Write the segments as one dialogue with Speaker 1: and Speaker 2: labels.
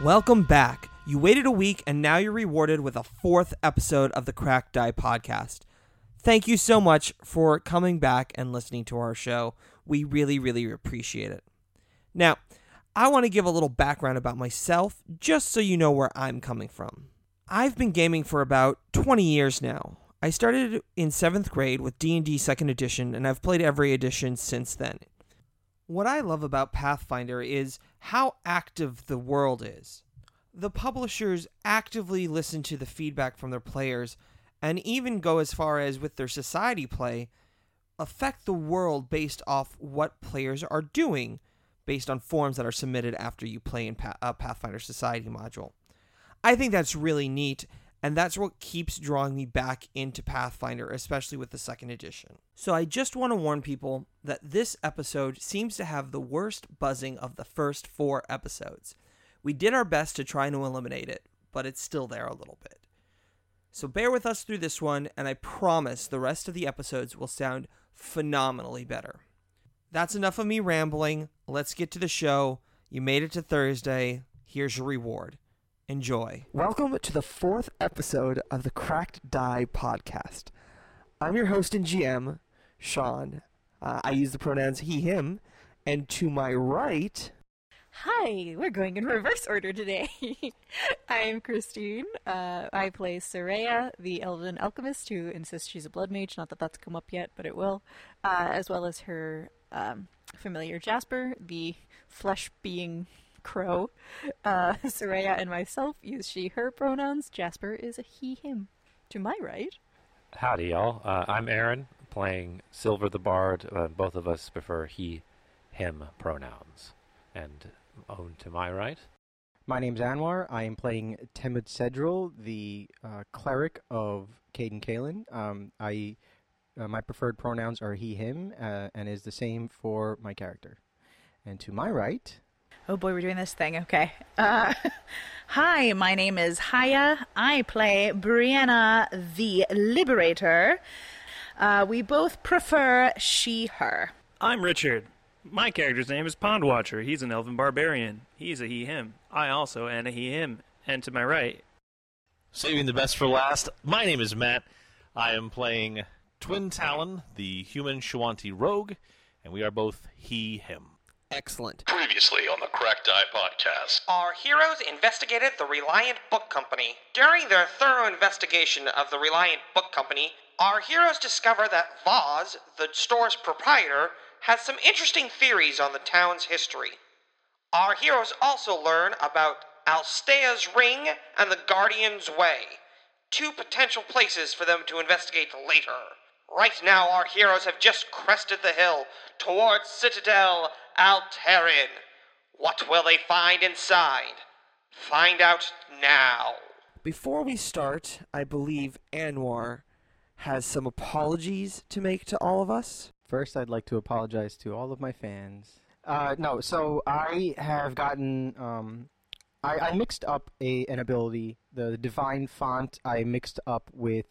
Speaker 1: Welcome back. You waited a week and now you're rewarded with a fourth episode of the Crack Die podcast. Thank you so much for coming back and listening to our show. We really, really appreciate it. Now, I want to give a little background about myself just so you know where I'm coming from. I've been gaming for about 20 years now. I started in 7th grade with D&D 2nd edition and I've played every edition since then. What I love about Pathfinder is how active the world is. The publishers actively listen to the feedback from their players and even go as far as with their society play affect the world based off what players are doing based on forms that are submitted after you play in pa- a Pathfinder Society module. I think that's really neat, and that's what keeps drawing me back into Pathfinder, especially with the second edition. So I just want to warn people that this episode seems to have the worst buzzing of the first four episodes. We did our best to try to eliminate it, but it's still there a little bit. So bear with us through this one, and I promise the rest of the episodes will sound phenomenally better. That's enough of me rambling. Let's get to the show. You made it to Thursday. Here's your reward. Enjoy.
Speaker 2: Welcome to the fourth episode of the Cracked Die podcast. I'm your host and GM, Sean. Uh, I use the pronouns he, him, and to my right,
Speaker 3: Hi, we're going in reverse order today. I am Christine. Uh, I play Saraya, the Elven Alchemist, who insists she's a Blood Mage. Not that that's come up yet, but it will. Uh, as well as her um, familiar Jasper, the Flesh Being Crow. Uh, Saraya and myself use she, her pronouns. Jasper is a he, him. To my right.
Speaker 4: Howdy, y'all. Uh, I'm Aaron, playing Silver the Bard. Uh, both of us prefer he, him pronouns. And own to my right.
Speaker 5: My name's Anwar. I am playing Temud Sedril, the uh, cleric of Caden Kalen. Um, I, uh, my preferred pronouns are he, him, uh, and is the same for my character. And to my right,
Speaker 6: Oh boy, we're doing this thing. Okay. Uh, hi, my name is Haya. I play Brianna the Liberator. Uh, we both prefer she, her.
Speaker 7: I'm Richard. My character's name is Pond Watcher. He's an elven barbarian. He's a he him. I also am a he him. And to my right,
Speaker 8: Saving the best for last. My name is Matt. I am playing Twin Talon, the human Shawanti rogue, and we are both he, him.
Speaker 1: Excellent.
Speaker 9: Previously on the Cracked Eye Podcast.
Speaker 1: Our heroes investigated the Reliant Book Company. During their thorough investigation of the Reliant Book Company, our heroes discover that Voz, the store's proprietor, has some interesting theories on the town's history. Our heroes also learn about Alstea's Ring and the Guardian's Way, two potential places for them to investigate later. Right now, our heroes have just crested the hill towards Citadel Alterin. What will they find inside? Find out now.
Speaker 2: Before we start, I believe Anwar has some apologies to make to all of us.
Speaker 5: First, I'd like to apologize to all of my fans. Uh, no, so I have gotten. Um, I, I mixed up a an ability, the divine font. I mixed up with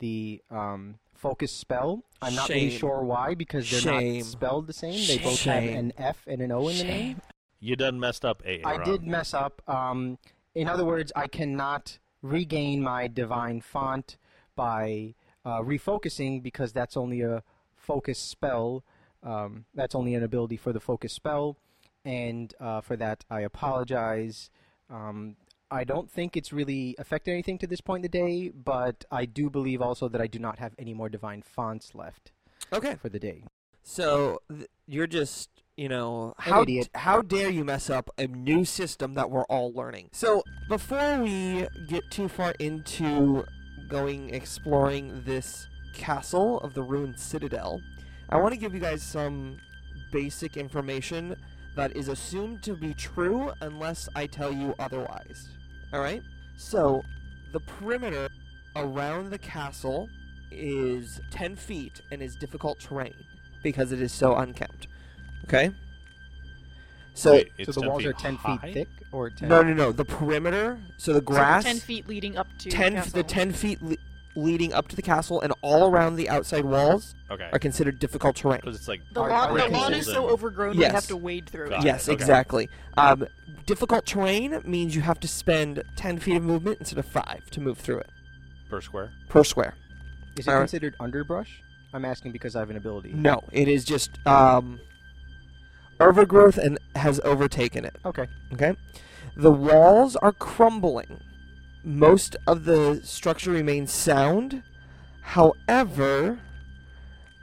Speaker 5: the um, focus spell. I'm not really
Speaker 1: Shame.
Speaker 5: sure why because they're
Speaker 1: Shame.
Speaker 5: not spelled the same. They both have
Speaker 1: Shame.
Speaker 5: an F and an O in the name.
Speaker 8: You done messed up, A.
Speaker 5: I did mess up. Um, in other words, I cannot regain my divine font by uh, refocusing because that's only a focus spell. Um, that's only an ability for the focus spell, and uh, for that I apologize. Um, I don't think it's really affected anything to this point in the day, but I do believe also that I do not have any more divine fonts left
Speaker 1: Okay.
Speaker 5: for the day.
Speaker 1: So th- you're just, you know,
Speaker 5: An
Speaker 1: how
Speaker 5: idiot.
Speaker 1: how dare you mess up a new system that we're all learning? So before we get too far into going exploring this castle of the ruined citadel, I want to give you guys some basic information that is assumed to be true unless I tell you otherwise. All right? So the perimeter around the castle is 10 feet and is difficult terrain because it is so unkempt. Okay? So,
Speaker 8: Wait, it's
Speaker 5: so the
Speaker 8: 10
Speaker 5: walls
Speaker 8: feet
Speaker 5: are ten
Speaker 8: high?
Speaker 5: feet thick, or ten.
Speaker 1: no, no, no. The perimeter, so the grass,
Speaker 3: Ten feet leading up to.
Speaker 1: 10
Speaker 3: castle.
Speaker 1: the 10 feet le- leading up to the castle and all around the outside walls
Speaker 8: Okay.
Speaker 1: are considered difficult terrain.
Speaker 8: Because it's like
Speaker 3: The
Speaker 5: Are-
Speaker 3: lawn,
Speaker 5: are
Speaker 3: the
Speaker 5: they
Speaker 3: lawn is so
Speaker 8: considered-
Speaker 3: overgrown we
Speaker 1: Yes.
Speaker 3: have to wade through it.
Speaker 8: Got it.
Speaker 1: Yes,
Speaker 8: Okay.
Speaker 1: exactly. Um, difficult terrain means you have to spend 10 feet of movement instead of 5 to move through it
Speaker 8: per square.
Speaker 1: per square.
Speaker 5: Is it
Speaker 1: Alright.
Speaker 5: considered underbrush? I'm asking because I have an ability.
Speaker 1: No, it is just um, overgrowth and has overtaken it.
Speaker 5: Okay.
Speaker 1: Okay? The walls are crumbling. Most of the structure remains sound. However,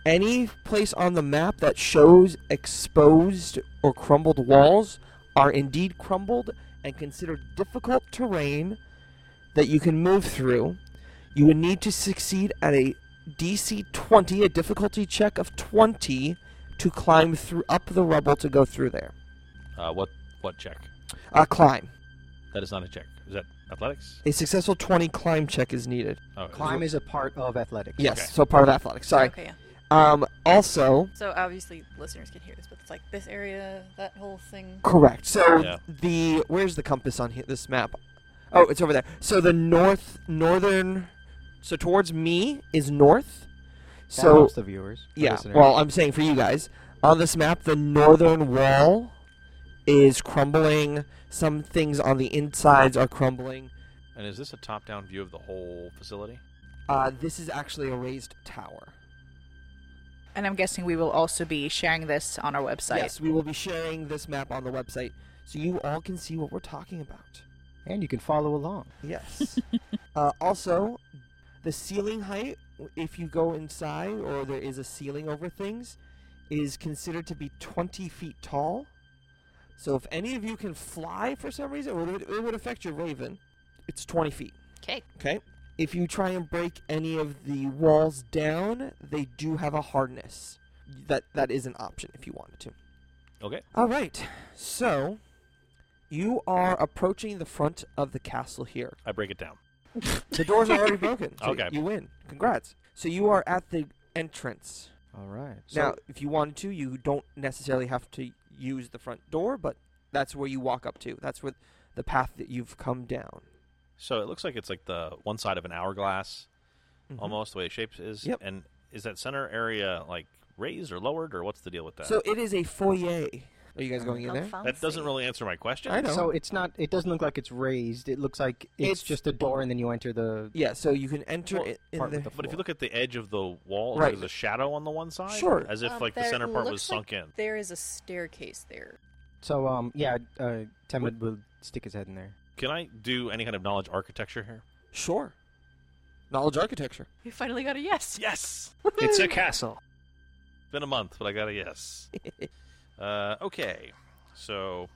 Speaker 1: any place on the map that shows exposed or crumbled walls are indeed crumbled and considered difficult terrain that you can move through. You would need to succeed at a DC 20, a difficulty check of 20 to climb through up the rubble to go through there.
Speaker 8: Uh, what what check?
Speaker 1: Uh, climb.
Speaker 8: That is not a check. Is that athletics?
Speaker 1: A successful 20 climb check is needed.
Speaker 8: Oh, it is-
Speaker 5: Climb is a part of athletics.
Speaker 1: Yes,
Speaker 8: Okay.
Speaker 1: so part of athletics. Sorry.
Speaker 3: Okay, yeah.
Speaker 1: Um, also,
Speaker 3: So obviously listeners can hear this, but it's like this area, that whole thing.
Speaker 1: correct. So
Speaker 8: Yeah.
Speaker 1: the where's the compass on he- this map? Oh, it's over there. So the north, northern, so towards me is north.
Speaker 5: That
Speaker 1: So
Speaker 5: helps the viewers. the
Speaker 1: yeah.
Speaker 5: listeners.
Speaker 1: Well, I'm saying for you guys on this map, the northern wall is crumbling. Some things on the insides are crumbling.
Speaker 8: And is this a top-down view of the whole facility?
Speaker 1: Uh, this is actually a raised tower.
Speaker 6: And I'm guessing we will also be sharing this on our website.
Speaker 1: Yes, we will be sharing this map on the website so you all can see what we're talking about.
Speaker 5: and you can follow along.
Speaker 1: Yes. uh, also, the ceiling height, w- if you go inside or there is a ceiling over things, is considered to be 20 feet tall. So if any of you can fly for some reason, it would, it would affect your raven. It's 20 feet.
Speaker 3: Okay.
Speaker 1: Okay. If you try and break any of the walls down, they do have a hardness. That that is an option if you wanted to.
Speaker 8: Okay.
Speaker 1: All right. So you are approaching the front of the castle here.
Speaker 8: I break it down.
Speaker 1: The doors are already broken. So
Speaker 8: Okay.
Speaker 1: You win. Congrats. So you are at the entrance.
Speaker 5: All right.
Speaker 1: now, if you wanted to, you don't necessarily have to use the front door, but that's where you walk up to. That's where the path that you've come down.
Speaker 8: So it looks like it's like the one side of an hourglass,
Speaker 5: Mm-hmm.
Speaker 1: Mhm.
Speaker 8: almost the way it shapes is.
Speaker 1: Yep.
Speaker 8: And is that center area like raised or lowered, or what's the deal with that?
Speaker 1: So it is a foyer. Are you guys going in
Speaker 3: How
Speaker 1: there?
Speaker 8: that doesn't
Speaker 3: fancy.
Speaker 8: really answer my question.
Speaker 1: I know.
Speaker 5: So it's not. It doesn't look like it's raised. It looks like it's,
Speaker 1: It's-
Speaker 5: just a door, and then you enter the.
Speaker 1: Yeah, so you can enter
Speaker 5: Well,
Speaker 1: it in
Speaker 5: part
Speaker 1: the,
Speaker 5: with the
Speaker 8: But if you look at the edge of the wall,
Speaker 1: Right.
Speaker 8: there's a shadow on the one side,
Speaker 1: Sure.
Speaker 8: as if
Speaker 3: Um,
Speaker 8: like the
Speaker 3: there
Speaker 8: center part was
Speaker 3: looks
Speaker 8: sunk
Speaker 3: like
Speaker 8: in.
Speaker 3: There is a staircase there.
Speaker 5: So um yeah, uh, Temid will stick his head in there.
Speaker 8: Can I do any kind of knowledge architecture here?
Speaker 1: Sure. Knowledge architecture.
Speaker 3: We finally got a yes.
Speaker 8: Yes.
Speaker 7: It's a castle.
Speaker 8: It's been a month, but I got a yes. uh, okay. So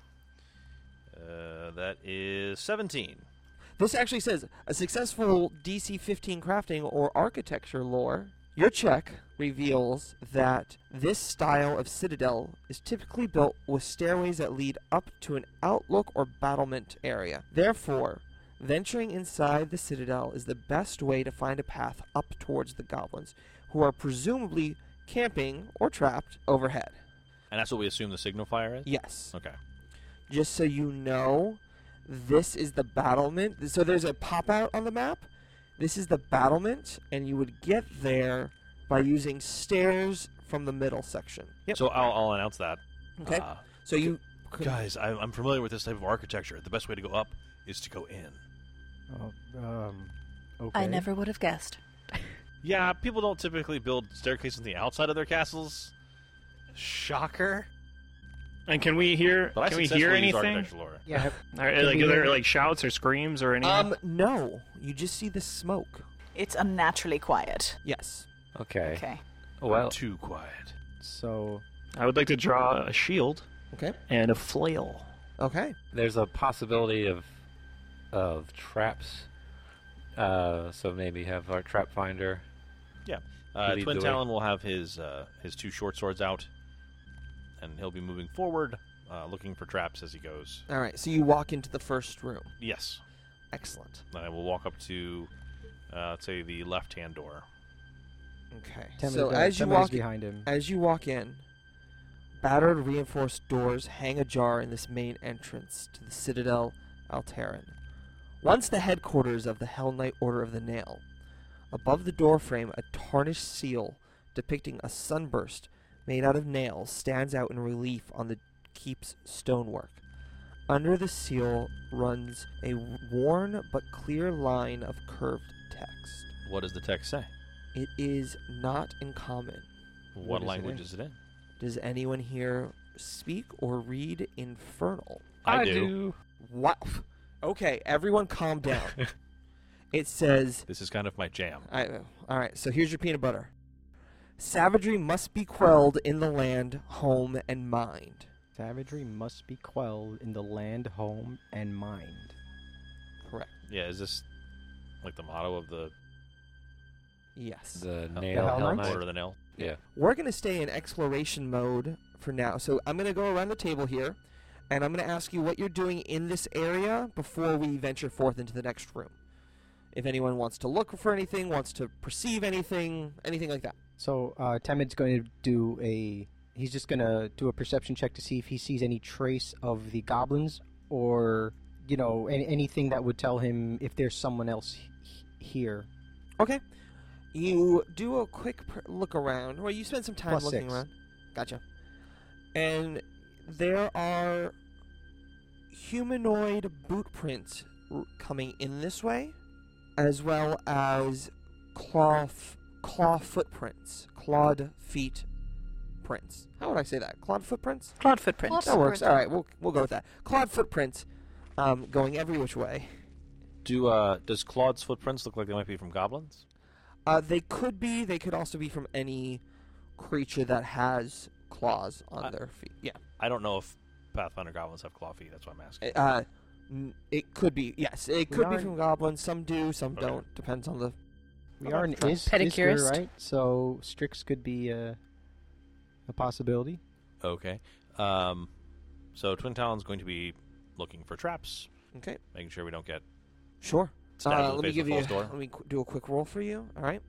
Speaker 8: uh, that is 17.
Speaker 1: This actually says a successful DC 15 crafting or architecture lore. Your check reveals that this style of citadel is typically built with stairways that lead up to an outlook or battlement area. Therefore, venturing inside the citadel is the best way to find a path up towards the goblins, who are presumably camping or trapped overhead.
Speaker 8: And that's what we assume the signal fire is?
Speaker 1: Yes.
Speaker 8: Okay.
Speaker 1: just so you know, this is the battlement. So there's a pop out on the map. This is the battlement, and you would get there by using stairs from the middle section. Yep.
Speaker 8: So I'll, I'll announce that.
Speaker 1: okay.
Speaker 8: Uh,
Speaker 1: so you. Ah. could-
Speaker 8: guys, I, I'm familiar with this type of architecture. The best way to go up is to go in.
Speaker 5: Oh, um, okay.
Speaker 3: I never would have guessed.
Speaker 8: Yeah, people don't typically build staircases on the outside of their castles. Shocker.
Speaker 7: And can we hear?
Speaker 8: But I
Speaker 7: can we
Speaker 8: successfully
Speaker 7: hear
Speaker 8: use
Speaker 7: anything?
Speaker 8: architecture lore.
Speaker 5: Yeah.
Speaker 7: Are,
Speaker 5: Can
Speaker 7: like,
Speaker 5: we
Speaker 7: are there
Speaker 5: hear-
Speaker 7: like shouts or screams or anything?
Speaker 1: Um. No. You just see the smoke.
Speaker 6: It's unnaturally quiet.
Speaker 1: Yes.
Speaker 4: Okay.
Speaker 6: Okay.
Speaker 8: Oh,
Speaker 4: Well,
Speaker 8: Too quiet.
Speaker 5: So
Speaker 7: I would like to draw a shield
Speaker 1: Okay.
Speaker 7: and a flail.
Speaker 1: Okay.
Speaker 4: there's a possibility of of traps. Uh, so maybe have our trap finder.
Speaker 8: Yeah. Uh,
Speaker 4: Lead the
Speaker 8: Twin
Speaker 4: way.
Speaker 8: Talon will have his uh, his two short swords out, and he'll be moving forward, uh, looking for traps as he goes.
Speaker 1: All right. So you walk into the first room.
Speaker 8: Yes.
Speaker 1: Excellent.
Speaker 8: And I will walk up to, uh, let's say, the left hand door.
Speaker 1: Okay.
Speaker 5: Temid,
Speaker 1: so
Speaker 5: uh,
Speaker 1: as you
Speaker 5: Temid is
Speaker 1: walk
Speaker 5: behind him.
Speaker 1: As you walk in, battered reinforced doors hang ajar in this main entrance to the Citadel Alteran, once the headquarters of the Hell Knight Order of the Nail. Above the doorframe, a tarnished seal depicting a sunburst made out of nails stands out in relief on the keep's stonework. Under the seal runs a worn but clear line of curved text.
Speaker 8: What does the text say?
Speaker 1: It is not in common.
Speaker 8: What,
Speaker 5: What is it
Speaker 8: language
Speaker 5: in?
Speaker 8: is it in?
Speaker 1: Does anyone here speak or read Infernal?
Speaker 8: I do.
Speaker 1: Wow. Okay, everyone calm down. it says,
Speaker 8: This is kind of my jam.
Speaker 1: I, all right, so here's your peanut butter. Savagery must be quelled in the land, home, and mind.
Speaker 5: Savagery must be quelled in the land, home, and mind.
Speaker 1: Correct.
Speaker 8: Yeah, is this like the motto of the
Speaker 1: Yes.
Speaker 4: Oh, The
Speaker 8: uh,
Speaker 4: nail,
Speaker 5: Hell
Speaker 4: hell
Speaker 5: Knights?
Speaker 4: knight.
Speaker 8: Order of the Nail?
Speaker 4: Yeah.
Speaker 1: We're going to stay in exploration mode for now. So I'm going to go around the table here, and I'm going to ask you what you're doing in this area before we venture forth into the next room. If anyone wants to look for anything, wants to perceive anything, anything like that.
Speaker 5: So uh, Temid's going to do a. He's just going to do a perception check to see if he sees any trace of the goblins or, you know, an anything that would tell him if there's someone else h- here.
Speaker 1: Okay. You do a quick pr- look around. Well, you spend some time
Speaker 5: Plus
Speaker 1: looking
Speaker 5: six.
Speaker 1: around. Gotcha. And there are humanoid boot prints r- coming in this way, as well as claw f- claw footprints, clawed feet prints. How would I say that? Clawed footprints.
Speaker 6: Cloud footprint.
Speaker 1: That works. All right, we'll we'll go with that. Clawed footprints, um, going every which way.
Speaker 8: Do uh, does Claude's footprints look like they might be from goblins?
Speaker 1: Uh, they could be. They could also be from any creature that has claws on
Speaker 8: Uh,
Speaker 1: their feet. Yeah.
Speaker 8: I don't know if Pathfinder goblins have claw feet. That's why I'm asking.
Speaker 1: Uh, n- it could be. Yes, it could be
Speaker 5: are-
Speaker 1: from goblins. Some do. Some
Speaker 8: Okay.
Speaker 1: don't. Depends on the.
Speaker 5: We are an is,
Speaker 6: Pedicurist.
Speaker 5: Isker, right? So Strix could be a, a possibility.
Speaker 8: Okay. Um, so Twin Talon's going to be looking for traps,
Speaker 1: Okay.
Speaker 8: making sure we don't get
Speaker 1: Sure.
Speaker 8: stabbed
Speaker 1: Uh,
Speaker 8: in the
Speaker 1: let me
Speaker 8: face
Speaker 1: give
Speaker 8: with
Speaker 1: you.
Speaker 8: a false door.
Speaker 1: Let me qu- do a quick roll for you. All right.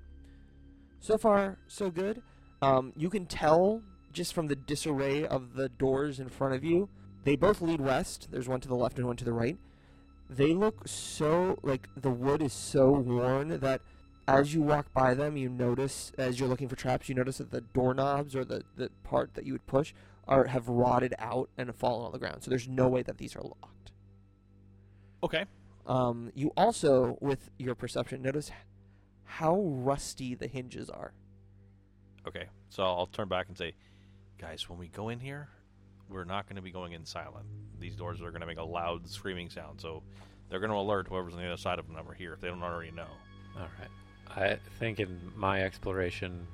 Speaker 1: So far, so good. Um, you can tell just from the disarray of the doors in front of you. They both lead west. There's one to the left and one to the right. They look so like the wood is so worn that as you walk by them, you notice as you're looking for traps, you notice that the doorknobs or the the part that you would push are have rotted out and have fallen on the ground. So there's no way that these are locked.
Speaker 8: Okay.
Speaker 1: Um, you also, with your perception, notice h- how rusty the hinges are.
Speaker 8: Okay. So I'll turn back and say, guys, when we go in here, we're not going to be going in silent. These doors are going to make a loud screaming sound, so they're going to alert whoever's on the other side of them that we're here if they don't already know.
Speaker 4: All right. I think in my exploration,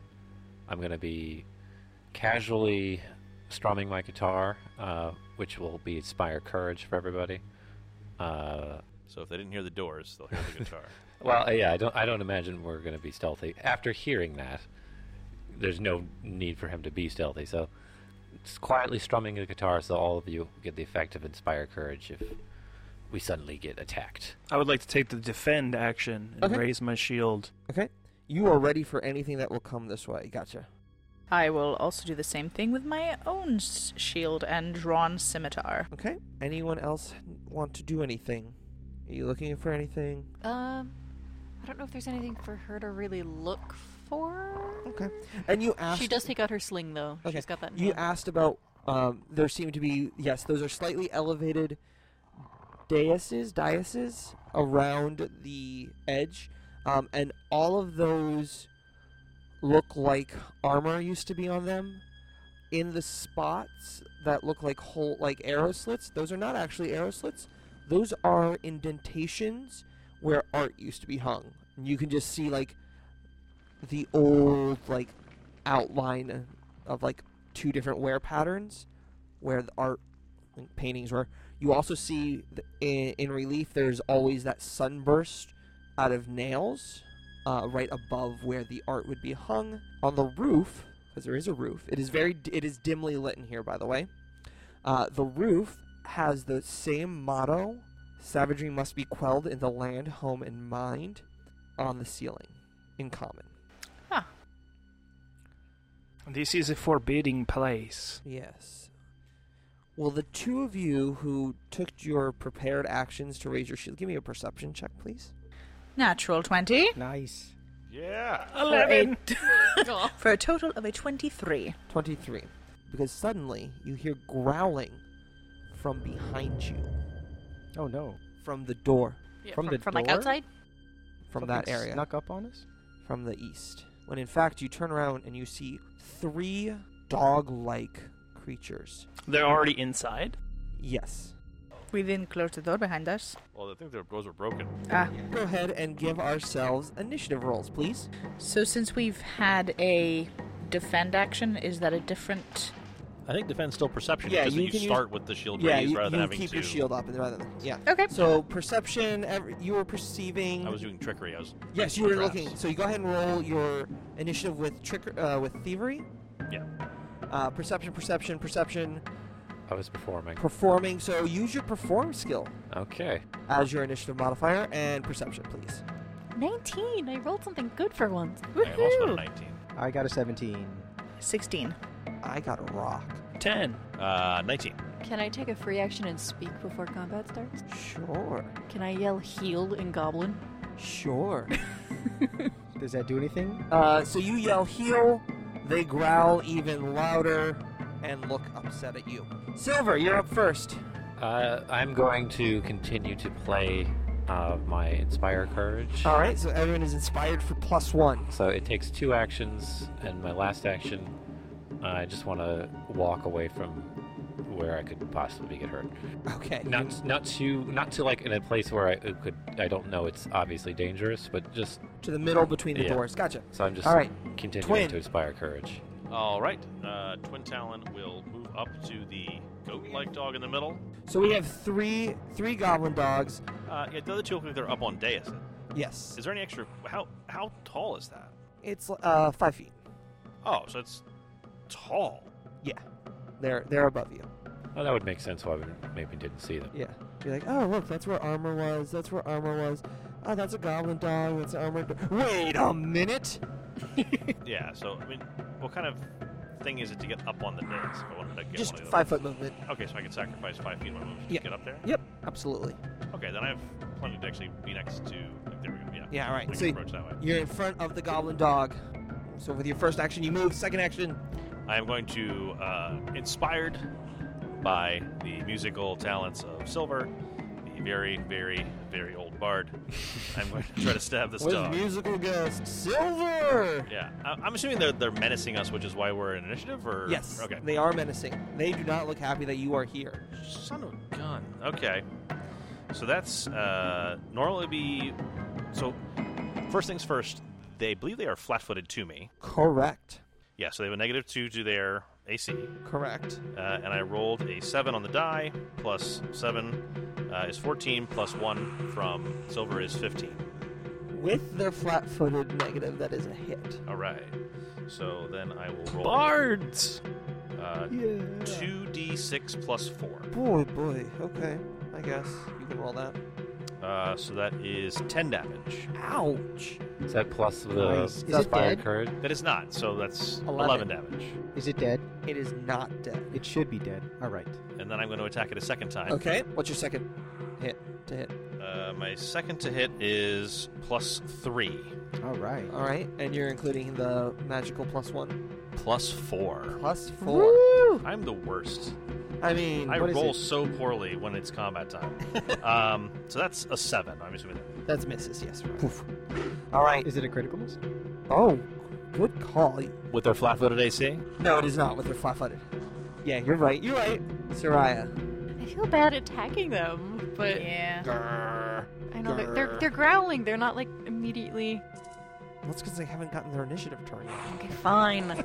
Speaker 4: I'm going to be casually strumming my guitar, uh, which will be inspire courage for everybody. Uh,
Speaker 8: So if they didn't hear the doors, they'll hear the guitar.
Speaker 4: well, yeah, I don't. I don't imagine we're going to be stealthy. After hearing that, there's no need for him to be stealthy. So, just quietly strumming the guitar, so all of you get the effect of inspire courage if we suddenly get attacked.
Speaker 7: I would like to take the defend action and
Speaker 1: Okay.
Speaker 7: raise my shield.
Speaker 1: Okay? You are ready for anything that will come this way. Gotcha.
Speaker 6: I will also do the same thing with my own s- shield and drawn scimitar.
Speaker 1: Okay? Anyone else want to do anything? Are you looking for anything?
Speaker 3: Um, I don't know if there's anything for her to really look for.
Speaker 1: Okay. And you asked.
Speaker 3: She does take out her sling though.
Speaker 1: Okay.
Speaker 3: She's got that. in
Speaker 1: You
Speaker 3: hand.
Speaker 1: asked about. Um, there seem to be yes, those are slightly elevated daises, daises around the edge, um, and all of those look like armor used to be on them. In the spots that look like hole, like arrow slits, those are not actually arrow slits. Those are indentations where art used to be hung. And you can just see like the old like outline of like two different wear patterns where the art like, paintings were. You also see th- in, in relief there's always that sunburst out of nails uh, right above where the art would be hung on the roof because there is a roof. It is very d- it is dimly lit in here by the way. Uh, the roof has the same motto: "Savagery must be quelled in the land, home, and mind." On the ceiling, in common.
Speaker 7: This is a forbidding place.
Speaker 1: Yes. Well, the two of you who took your prepared actions to raise your shield, give me a perception check, please.
Speaker 6: Natural 20.
Speaker 5: Nice.
Speaker 8: Yeah.
Speaker 7: Eleven. Oh.
Speaker 3: Aw.
Speaker 6: for a total of a 23.
Speaker 1: 23. Because suddenly you hear growling from behind you,
Speaker 5: Oh no!
Speaker 1: from the door,
Speaker 3: Yeah,
Speaker 5: From
Speaker 3: from,
Speaker 5: the
Speaker 3: from, like
Speaker 5: door?
Speaker 3: outside.
Speaker 1: from
Speaker 5: Something
Speaker 1: that area,
Speaker 5: snuck up on us.
Speaker 1: from the east. When in fact you turn around and you see three dog like creatures.
Speaker 7: They're already inside.
Speaker 1: Yes.
Speaker 6: We didn't close the door behind us.
Speaker 8: Well, I think their doors were broken.
Speaker 6: Ah.
Speaker 1: Go ahead and give ourselves initiative rolls, please.
Speaker 6: So since we've had a defend action, is that a different.
Speaker 8: I think defense still perception.
Speaker 1: Yeah,
Speaker 8: just that
Speaker 1: you
Speaker 8: you
Speaker 1: can use-
Speaker 8: start with the shield
Speaker 1: yeah,
Speaker 8: raised
Speaker 1: you,
Speaker 8: rather than
Speaker 1: you
Speaker 8: having
Speaker 1: keep
Speaker 8: to.
Speaker 1: your shield up and rather than yeah.
Speaker 6: Okay.
Speaker 1: So perception, every, you were perceiving.
Speaker 8: I was doing trickery. I was.
Speaker 1: yes, you were
Speaker 8: traps.
Speaker 1: looking. So you go ahead and roll your initiative with trick uh, with thievery.
Speaker 8: Yeah.
Speaker 1: Uh, perception, perception, perception,
Speaker 4: I was performing.
Speaker 1: performing. So use your perform skill
Speaker 4: Okay.
Speaker 1: as your initiative modifier and perception, please.
Speaker 3: Nineteen. I rolled something good for once.
Speaker 8: I also got a
Speaker 6: Woohoo!
Speaker 8: 19.
Speaker 5: I got a 17.
Speaker 6: 16.
Speaker 1: I got a rock.
Speaker 7: Ten.
Speaker 8: Uh, 19.
Speaker 3: Can I take a free action and speak before combat starts?
Speaker 1: Sure,
Speaker 3: Can I yell "heal" in Goblin?
Speaker 1: sure.
Speaker 5: Does that do anything?
Speaker 1: uh, so you yell heal. They growl even louder and look upset at you. Silver, you're up first.
Speaker 4: Uh, I'm going to continue to play uh, my Inspire Courage.
Speaker 5: Oh.
Speaker 1: All right, so everyone is inspired for plus one.
Speaker 4: So it takes two actions, and my last action, I just want to walk away from where I could possibly get hurt.
Speaker 1: Okay.
Speaker 4: Not, not to, not to like in a place where I it could. I don't know. It's obviously dangerous, but just
Speaker 1: to the middle between the
Speaker 4: Yeah.
Speaker 1: doors. Gotcha.
Speaker 4: so I'm just
Speaker 1: All right,
Speaker 4: continuing
Speaker 1: twin.
Speaker 4: to inspire courage.
Speaker 8: All right. Uh, Twin Talon will move up to the goat-like dog in the middle.
Speaker 1: So we have three three goblin dogs.
Speaker 8: Uh, yeah, the other two look like they're up on dais.
Speaker 1: Yes.
Speaker 8: Is there any extra? How how tall is that?
Speaker 1: It's uh five feet.
Speaker 8: Oh, so it's tall.
Speaker 1: Yeah. They're they're above you.
Speaker 4: Oh, that would make sense why we maybe didn't see them.
Speaker 1: Yeah. You're like, oh look, that's where armor was. That's where armor was. Oh, that's a goblin dog. That's armor. Wait a minute.
Speaker 8: Yeah. So I mean, what kind of thing is it to get up on the dais? If I wanted to get
Speaker 1: Just
Speaker 8: one of the
Speaker 1: five foot movement.
Speaker 8: other- Okay, so I could sacrifice five feet of my moves to
Speaker 1: Yeah.
Speaker 8: get up there.
Speaker 1: Yep. Absolutely.
Speaker 8: Okay, then I have plenty to actually be next to. Like, there we go. Yeah.
Speaker 1: Yeah. All
Speaker 8: I
Speaker 1: right.
Speaker 8: can
Speaker 1: So
Speaker 8: approach that way.
Speaker 1: you're in front of the goblin dog. So with your first action, you move. Second action.
Speaker 8: I am going to, uh, inspired by the musical talents of Silver, the very, very, very old bard, I'm going to try to stab this
Speaker 1: With
Speaker 8: dog.
Speaker 1: musical guest Silver.
Speaker 8: yeah, I- I'm assuming they're they're menacing us, which is why we're in initiative. Or
Speaker 1: Yes.
Speaker 8: okay,
Speaker 1: They are menacing. They do not look happy that you are here.
Speaker 8: son of a gun. Okay, so that's uh, normally be so. First things first, they believe they are flat-footed to me.
Speaker 1: Correct.
Speaker 8: Yeah, so they have a negative two to their AC.
Speaker 1: Correct.
Speaker 8: uh, and I rolled a seven on the die. Plus seven uh, is fourteen. Plus one from silver is fifteen.
Speaker 1: With their flat footed negative, that is a hit.
Speaker 8: All right. So then I will roll
Speaker 7: Bards.
Speaker 8: uh, two d six plus four.
Speaker 1: Boy, boy. Okay. I guess you can roll that.
Speaker 8: Uh, so that is ten damage.
Speaker 1: Ouch.
Speaker 4: Is that plus the
Speaker 5: Nice. Is it
Speaker 4: inspire
Speaker 5: dead?
Speaker 4: courage?
Speaker 8: That is not. So that's
Speaker 1: Eleven.
Speaker 8: eleven damage.
Speaker 5: Is it dead?
Speaker 1: It is not dead.
Speaker 5: It should be dead. All right.
Speaker 8: And then I'm going to attack it a second time.
Speaker 1: Okay. What's your second hit to hit?
Speaker 8: Uh, my second to hit is plus three,
Speaker 5: All right.
Speaker 1: All right. And you're including the magical plus one?
Speaker 8: plus four.
Speaker 1: Plus four.
Speaker 8: I'm the worst.
Speaker 1: I mean,
Speaker 8: I
Speaker 1: what is
Speaker 8: roll
Speaker 1: it?
Speaker 8: so poorly when it's combat time. um, so that's a seven. I'm assuming.
Speaker 1: That's misses, yes. All right.
Speaker 5: Is it a critical miss?
Speaker 1: Oh, good call.
Speaker 8: With their flat-footed AC.
Speaker 1: No, it is not with their flat footed. Yeah, you're right. You're right. Soraya.
Speaker 3: I feel bad attacking them, but
Speaker 6: Yeah.
Speaker 3: I know they're, they're they're growling. They're not like immediately.
Speaker 1: That's because they haven't gotten their initiative turn yet.
Speaker 3: Okay, fine.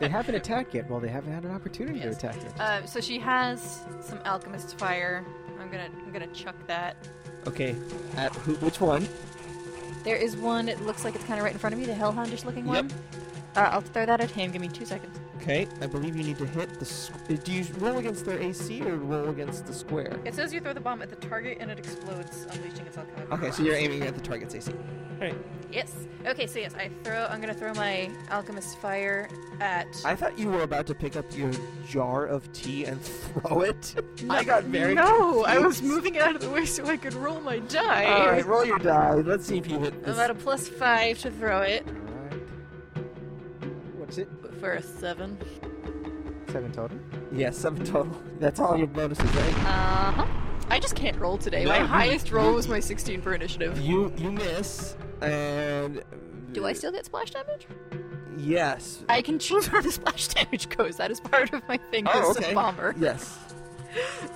Speaker 5: They haven't attacked yet. Well, they haven't had an opportunity
Speaker 3: Yes.
Speaker 5: to attack yet.
Speaker 3: Uh, so she has some alchemist fire. I'm gonna I'm gonna chuck that.
Speaker 1: Okay. At who, which one?
Speaker 3: There is one. It looks like it's kind of right in front of me. The hellhoundish looking one. Uh, I'll throw that at him. Give me two seconds.
Speaker 1: Okay, I believe you need to hit the. Squ- do you roll against their AC or roll against the square?
Speaker 6: It says you throw the bomb at the target and it explodes, unleashing its alchemical.
Speaker 1: Okay, so you're aiming at the target's AC.
Speaker 3: Yes. Okay, so yes, I throw. I'm gonna throw my alchemist fire at.
Speaker 1: I thought you were about to pick up your jar of tea and throw it. I got very.
Speaker 3: no, I was
Speaker 1: confused.
Speaker 3: moving it out of the way so I could roll my die.
Speaker 1: All right, roll your die. Let's see if you hit
Speaker 3: I'm
Speaker 1: this.
Speaker 3: at a plus five to throw it
Speaker 5: What's it?
Speaker 3: for a seven.
Speaker 5: Seven total.
Speaker 1: Yeah, seven total. That's all your bonuses, right?
Speaker 3: Uh huh. I just can't roll today. my highest roll was my 16 for initiative.
Speaker 1: You you miss and.
Speaker 3: Do I still get splash damage?
Speaker 1: Yes.
Speaker 3: I can choose where the splash damage goes. That is part of my thing
Speaker 1: Oh,
Speaker 3: as
Speaker 1: okay.
Speaker 3: a bomber.
Speaker 1: Yes.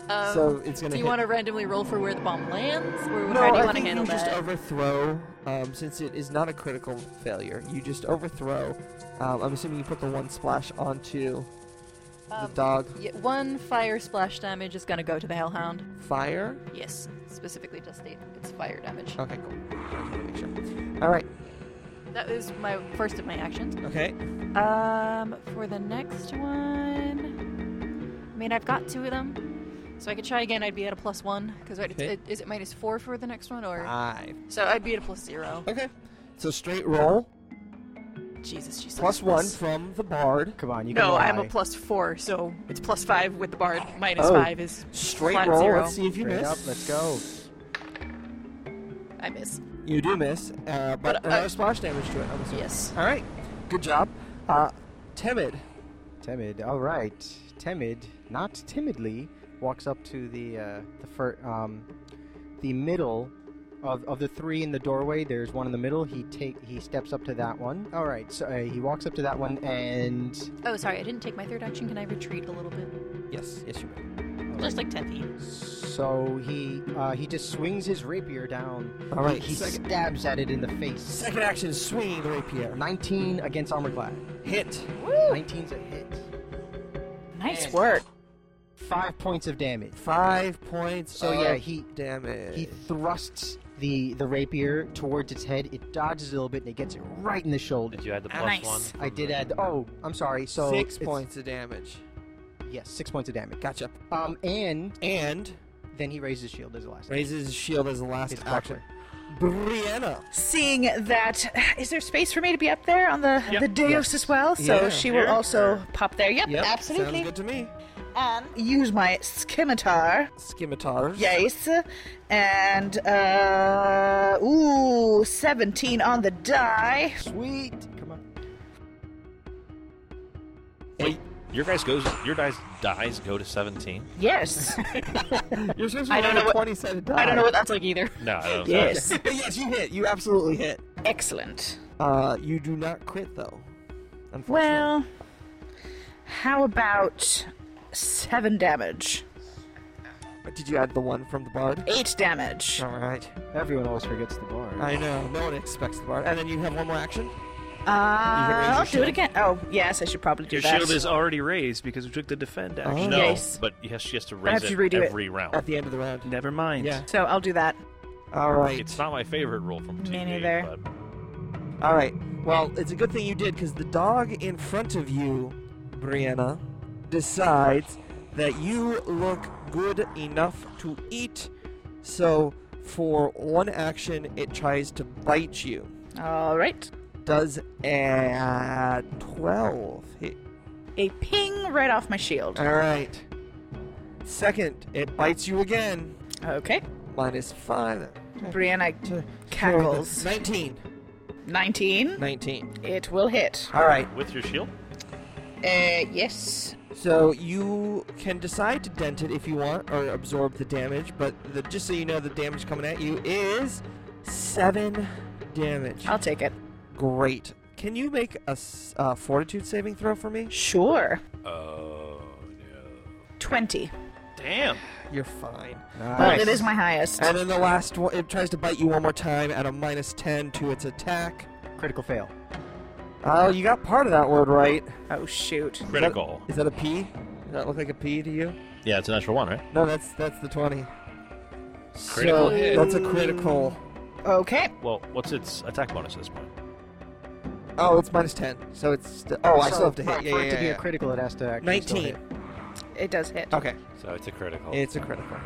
Speaker 3: Um,
Speaker 1: so it's gonna.
Speaker 3: do you
Speaker 1: hit.
Speaker 3: want to randomly roll for where the bomb lands, or
Speaker 1: No,
Speaker 3: how do you
Speaker 1: I
Speaker 3: want to
Speaker 1: think
Speaker 3: handle
Speaker 1: you just
Speaker 3: that?
Speaker 1: overthrow. Um, since it is not a critical failure, you just overthrow. Um, I'm assuming you put the one splash onto
Speaker 3: Um.
Speaker 1: the dog
Speaker 3: Yeah, one fire splash damage is gonna go to the hellhound.
Speaker 1: fire.
Speaker 3: Yes, specifically to state it's fire damage.
Speaker 1: Okay, cool. I just wanna make sure. All right.
Speaker 3: That was my first of my actions.
Speaker 1: Okay.
Speaker 3: Um, for the next one, I mean, I've got two of them, so I could try again. I'd be at a plus one because right,
Speaker 1: Okay. Ah.
Speaker 3: it, is it minus four for the next one, or
Speaker 1: Five.
Speaker 3: so I'd be at a plus zero.
Speaker 1: Okay. So straight roll
Speaker 3: Jesus, she's
Speaker 1: plus one from the bard.
Speaker 5: Come on, you can
Speaker 3: No,
Speaker 5: roll
Speaker 3: I'm a
Speaker 5: high.
Speaker 3: plus four, so it's plus five with the bard. Minus
Speaker 1: Oh.
Speaker 3: five is
Speaker 1: Straight
Speaker 3: flat
Speaker 1: roll.
Speaker 3: zero.
Speaker 1: Let's see if you
Speaker 5: Straight
Speaker 1: miss.
Speaker 5: up, let's go.
Speaker 3: I miss.
Speaker 1: You do miss, uh, but,
Speaker 3: But, uh,
Speaker 1: another splash damage to it. I'm assuming.
Speaker 3: Yes.
Speaker 1: All right. Good job. Uh, timid.
Speaker 5: Timid. All right. Timid, not timidly, walks up to the uh, the fir- um, the middle of, of the three in the doorway. There's one in the middle. He take he steps up to that one. All right. So uh, he walks up to that one and
Speaker 3: Oh, sorry, I didn't take my third action. Can I retreat a little bit?
Speaker 1: Yes. Yes, you may.
Speaker 3: Just like ten feet.
Speaker 5: so he uh, he just swings his rapier down.
Speaker 1: All right.
Speaker 5: He
Speaker 1: Second,
Speaker 5: stabs at it in the face.
Speaker 1: second action is swinging the rapier.
Speaker 5: 19 against armor class.
Speaker 1: Hit.
Speaker 5: 19's a hit.
Speaker 6: Nice
Speaker 5: And-
Speaker 6: work.
Speaker 5: Five points of damage.
Speaker 1: Five points.
Speaker 5: So
Speaker 1: of
Speaker 5: yeah, he
Speaker 1: damage.
Speaker 5: He thrusts the the rapier towards its head. It dodges a little bit and it gets it right in the shoulder.
Speaker 4: Did you add the plus
Speaker 6: Nice.
Speaker 4: one?
Speaker 5: I did add. Oh, I'm sorry. So
Speaker 1: six
Speaker 5: it's-
Speaker 1: points of damage.
Speaker 5: Yes, six points of damage.
Speaker 1: Gotcha.
Speaker 5: Um, and
Speaker 1: And
Speaker 5: then he raises his shield as a last.
Speaker 1: raises his shield as the last
Speaker 5: It's
Speaker 1: action.
Speaker 5: awkward.
Speaker 1: Brianna.
Speaker 6: Seeing that, is there space for me to be up there on the
Speaker 7: Yep.
Speaker 6: the Deos as well? So
Speaker 1: Yeah.
Speaker 6: she will also pop there. Yep,
Speaker 1: Yep. Sounds
Speaker 6: absolutely.
Speaker 1: good to me.
Speaker 6: And use my scimitar.
Speaker 1: Scimitars.
Speaker 6: Yes. And uh, ooh, seventeen on the die.
Speaker 5: Sweet. Come on.
Speaker 8: Wait, your guys goes your guys dies go to seventeen?
Speaker 6: Yes.
Speaker 1: You're supposed to
Speaker 3: I
Speaker 1: roll
Speaker 3: don't know what-
Speaker 1: twenty-seven die.
Speaker 3: I don't know what that's like either.
Speaker 8: No, I don't know.
Speaker 6: yes.
Speaker 1: yes, you hit. You absolutely hit.
Speaker 6: Excellent.
Speaker 1: Uh, you do not crit though. Unfortunately.
Speaker 6: Well, how about seven damage?
Speaker 1: Did you add the one from the bard?
Speaker 6: Eight damage.
Speaker 1: All right.
Speaker 5: Everyone always forgets the bar.
Speaker 1: I know. No one expects the bard. And then you have one more action.
Speaker 6: Uh,
Speaker 1: Oh.
Speaker 6: I'll do
Speaker 1: shield.
Speaker 6: it again. Oh, yes, I should probably do
Speaker 7: Your
Speaker 6: that.
Speaker 7: shield is already raised because we took the defend action.
Speaker 8: No,
Speaker 6: Yes.
Speaker 8: but yes, she has to raise
Speaker 6: have to
Speaker 8: it
Speaker 6: redo it.
Speaker 8: every round.
Speaker 1: At the end of the round.
Speaker 7: Never mind.
Speaker 1: Yeah.
Speaker 6: so I'll do that.
Speaker 1: All right.
Speaker 8: It's not my favorite rule from
Speaker 6: Me
Speaker 8: TV.
Speaker 6: neither.
Speaker 8: But
Speaker 1: All right. Well, it's a good thing you did because the dog in front of you, Brianna, decides that you look good enough to eat. So, for one action, it tries to bite you.
Speaker 6: All right.
Speaker 1: Does a 12 hit?
Speaker 6: A ping right off my shield.
Speaker 1: All right. Second, it bites you again.
Speaker 6: Okay.
Speaker 1: Minus 5.
Speaker 6: Brianna
Speaker 1: Two.
Speaker 6: cackles.
Speaker 1: 19.
Speaker 6: 19.
Speaker 1: 19.
Speaker 6: It will hit.
Speaker 1: All right.
Speaker 8: with your shield,
Speaker 6: Uh, yes.
Speaker 1: So you can decide to dent it if you want or absorb the damage, but the, just so you know, the damage coming at you is seven damage.
Speaker 6: I'll take it.
Speaker 1: Great. Can you make a s- uh, fortitude saving throw for me?
Speaker 6: Sure.
Speaker 4: Oh no.
Speaker 6: 20.
Speaker 7: Damn.
Speaker 1: You're fine.
Speaker 6: Well,
Speaker 1: Nice.
Speaker 6: it is my highest.
Speaker 1: And then the last one, it tries to bite you one more time at a minus 10 to its attack.
Speaker 5: Critical fail.
Speaker 1: Oh, you got part of that word right.
Speaker 6: Oh, shoot.
Speaker 8: critical.
Speaker 1: Is that a P? Does that look like a P to you?
Speaker 8: Yeah, it's an extra one, right?
Speaker 1: No, that's that's the 20. so
Speaker 8: Critical
Speaker 1: that's a critical.
Speaker 6: Okay.
Speaker 8: Well, what's its attack bonus at this point?
Speaker 1: Oh, it's minus ten, so it's. St- oh, I
Speaker 5: So,
Speaker 1: still have to hit.
Speaker 5: right,
Speaker 1: yeah,
Speaker 5: for
Speaker 1: yeah,
Speaker 5: it to be
Speaker 1: yeah,
Speaker 5: a critical, it has to actually still
Speaker 1: Nineteen.
Speaker 5: hit.
Speaker 6: It does hit.
Speaker 1: Okay,
Speaker 4: So it's a critical.
Speaker 1: it's a critical.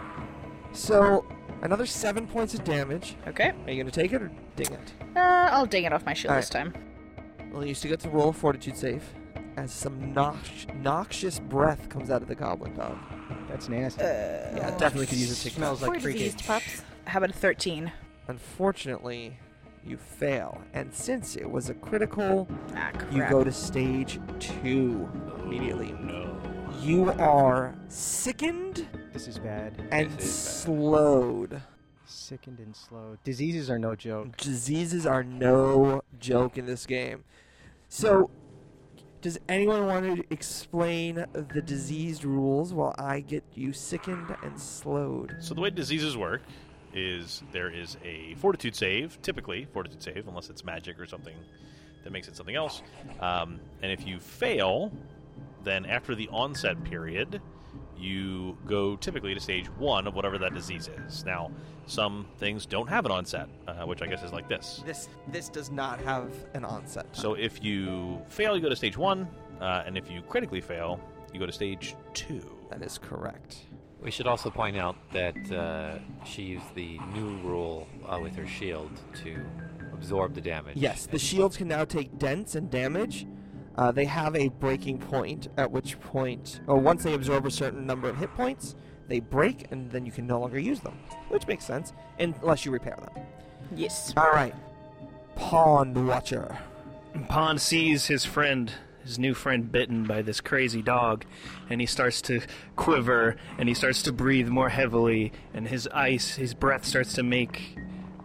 Speaker 1: So another seven points of damage.
Speaker 6: Okay.
Speaker 1: Are you gonna take it or ding it?
Speaker 6: Uh, I'll ding it off my shield
Speaker 1: All
Speaker 6: this time.
Speaker 1: Well, you still get to roll a fortitude save as some nox- noxious breath comes out of the goblin dog.
Speaker 5: That's nasty.
Speaker 6: Uh,
Speaker 1: Yeah, definitely could use a tick.
Speaker 5: smells
Speaker 3: Poor
Speaker 5: like freaking.
Speaker 3: diseased pups.
Speaker 6: How about a 13?
Speaker 1: Unfortunately, you fail, and since it was a critical,
Speaker 6: Ah, crap.
Speaker 1: you go to stage two immediately.
Speaker 4: no.
Speaker 1: You are sickened
Speaker 5: This is bad.
Speaker 1: and
Speaker 4: This is bad.
Speaker 1: slowed.
Speaker 5: Sickened and slow. Diseases are no joke.
Speaker 1: Diseases are no joke in this game. So, does anyone want to explain the diseased rules while I get you sickened and slowed?
Speaker 8: So the way diseases work is there is a fortitude save, typically fortitude save, unless it's magic or something that makes it something else. Um, and if you fail, then after the onset period, you go typically to stage one of whatever that disease is. Now, some things don't have an onset, uh, which I guess is like this.
Speaker 1: This this does not have an onset.
Speaker 8: So if you fail, you go to stage one, uh, and if you critically fail, you go to stage two.
Speaker 1: that is correct.
Speaker 4: We should also point out that uh, she used the new rule uh, with her shield to absorb the damage.
Speaker 1: Yes, the
Speaker 4: and-
Speaker 1: shields can now take dents and damage. Uh, they have a breaking point, at which point, or once they absorb a certain number of hit points, they break, and then you can no longer use them, which makes sense, unless you repair them.
Speaker 6: Yes.
Speaker 1: All right, Pond Watcher.
Speaker 7: Pond sees his friend, his new friend, bitten by this crazy dog, and he starts to quiver and he starts to breathe more heavily, and his ice, his breath starts to make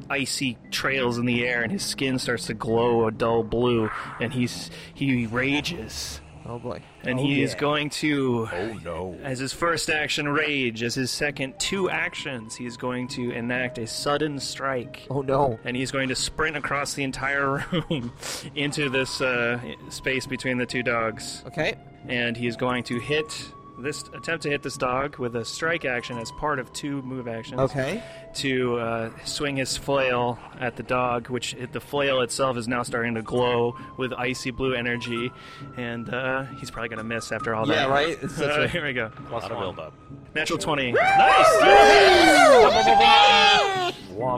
Speaker 7: icy trails in the air, and his skin starts to glow a dull blue, and he's he rages,
Speaker 1: Oh boy.
Speaker 7: and he is going to
Speaker 8: Oh no!
Speaker 7: as his first action rage, as his second two actions, he is going to enact a sudden strike
Speaker 1: Oh no.
Speaker 7: and he's going to sprint across the entire room into this uh, space between the two dogs.
Speaker 1: Okay.
Speaker 7: And he is going to hit this attempt to hit this dog with a strike action as part of two move actions.
Speaker 1: Okay.
Speaker 7: To uh, swing his flail at the dog, which it, the flail itself is now starting to glow with icy blue energy, and uh, he's probably going to miss after all
Speaker 1: Yeah,
Speaker 7: that.
Speaker 1: right? It's such
Speaker 7: Uh,
Speaker 1: a-
Speaker 7: here we go.
Speaker 8: A lot of build up.
Speaker 7: Natural twenty.
Speaker 4: Womp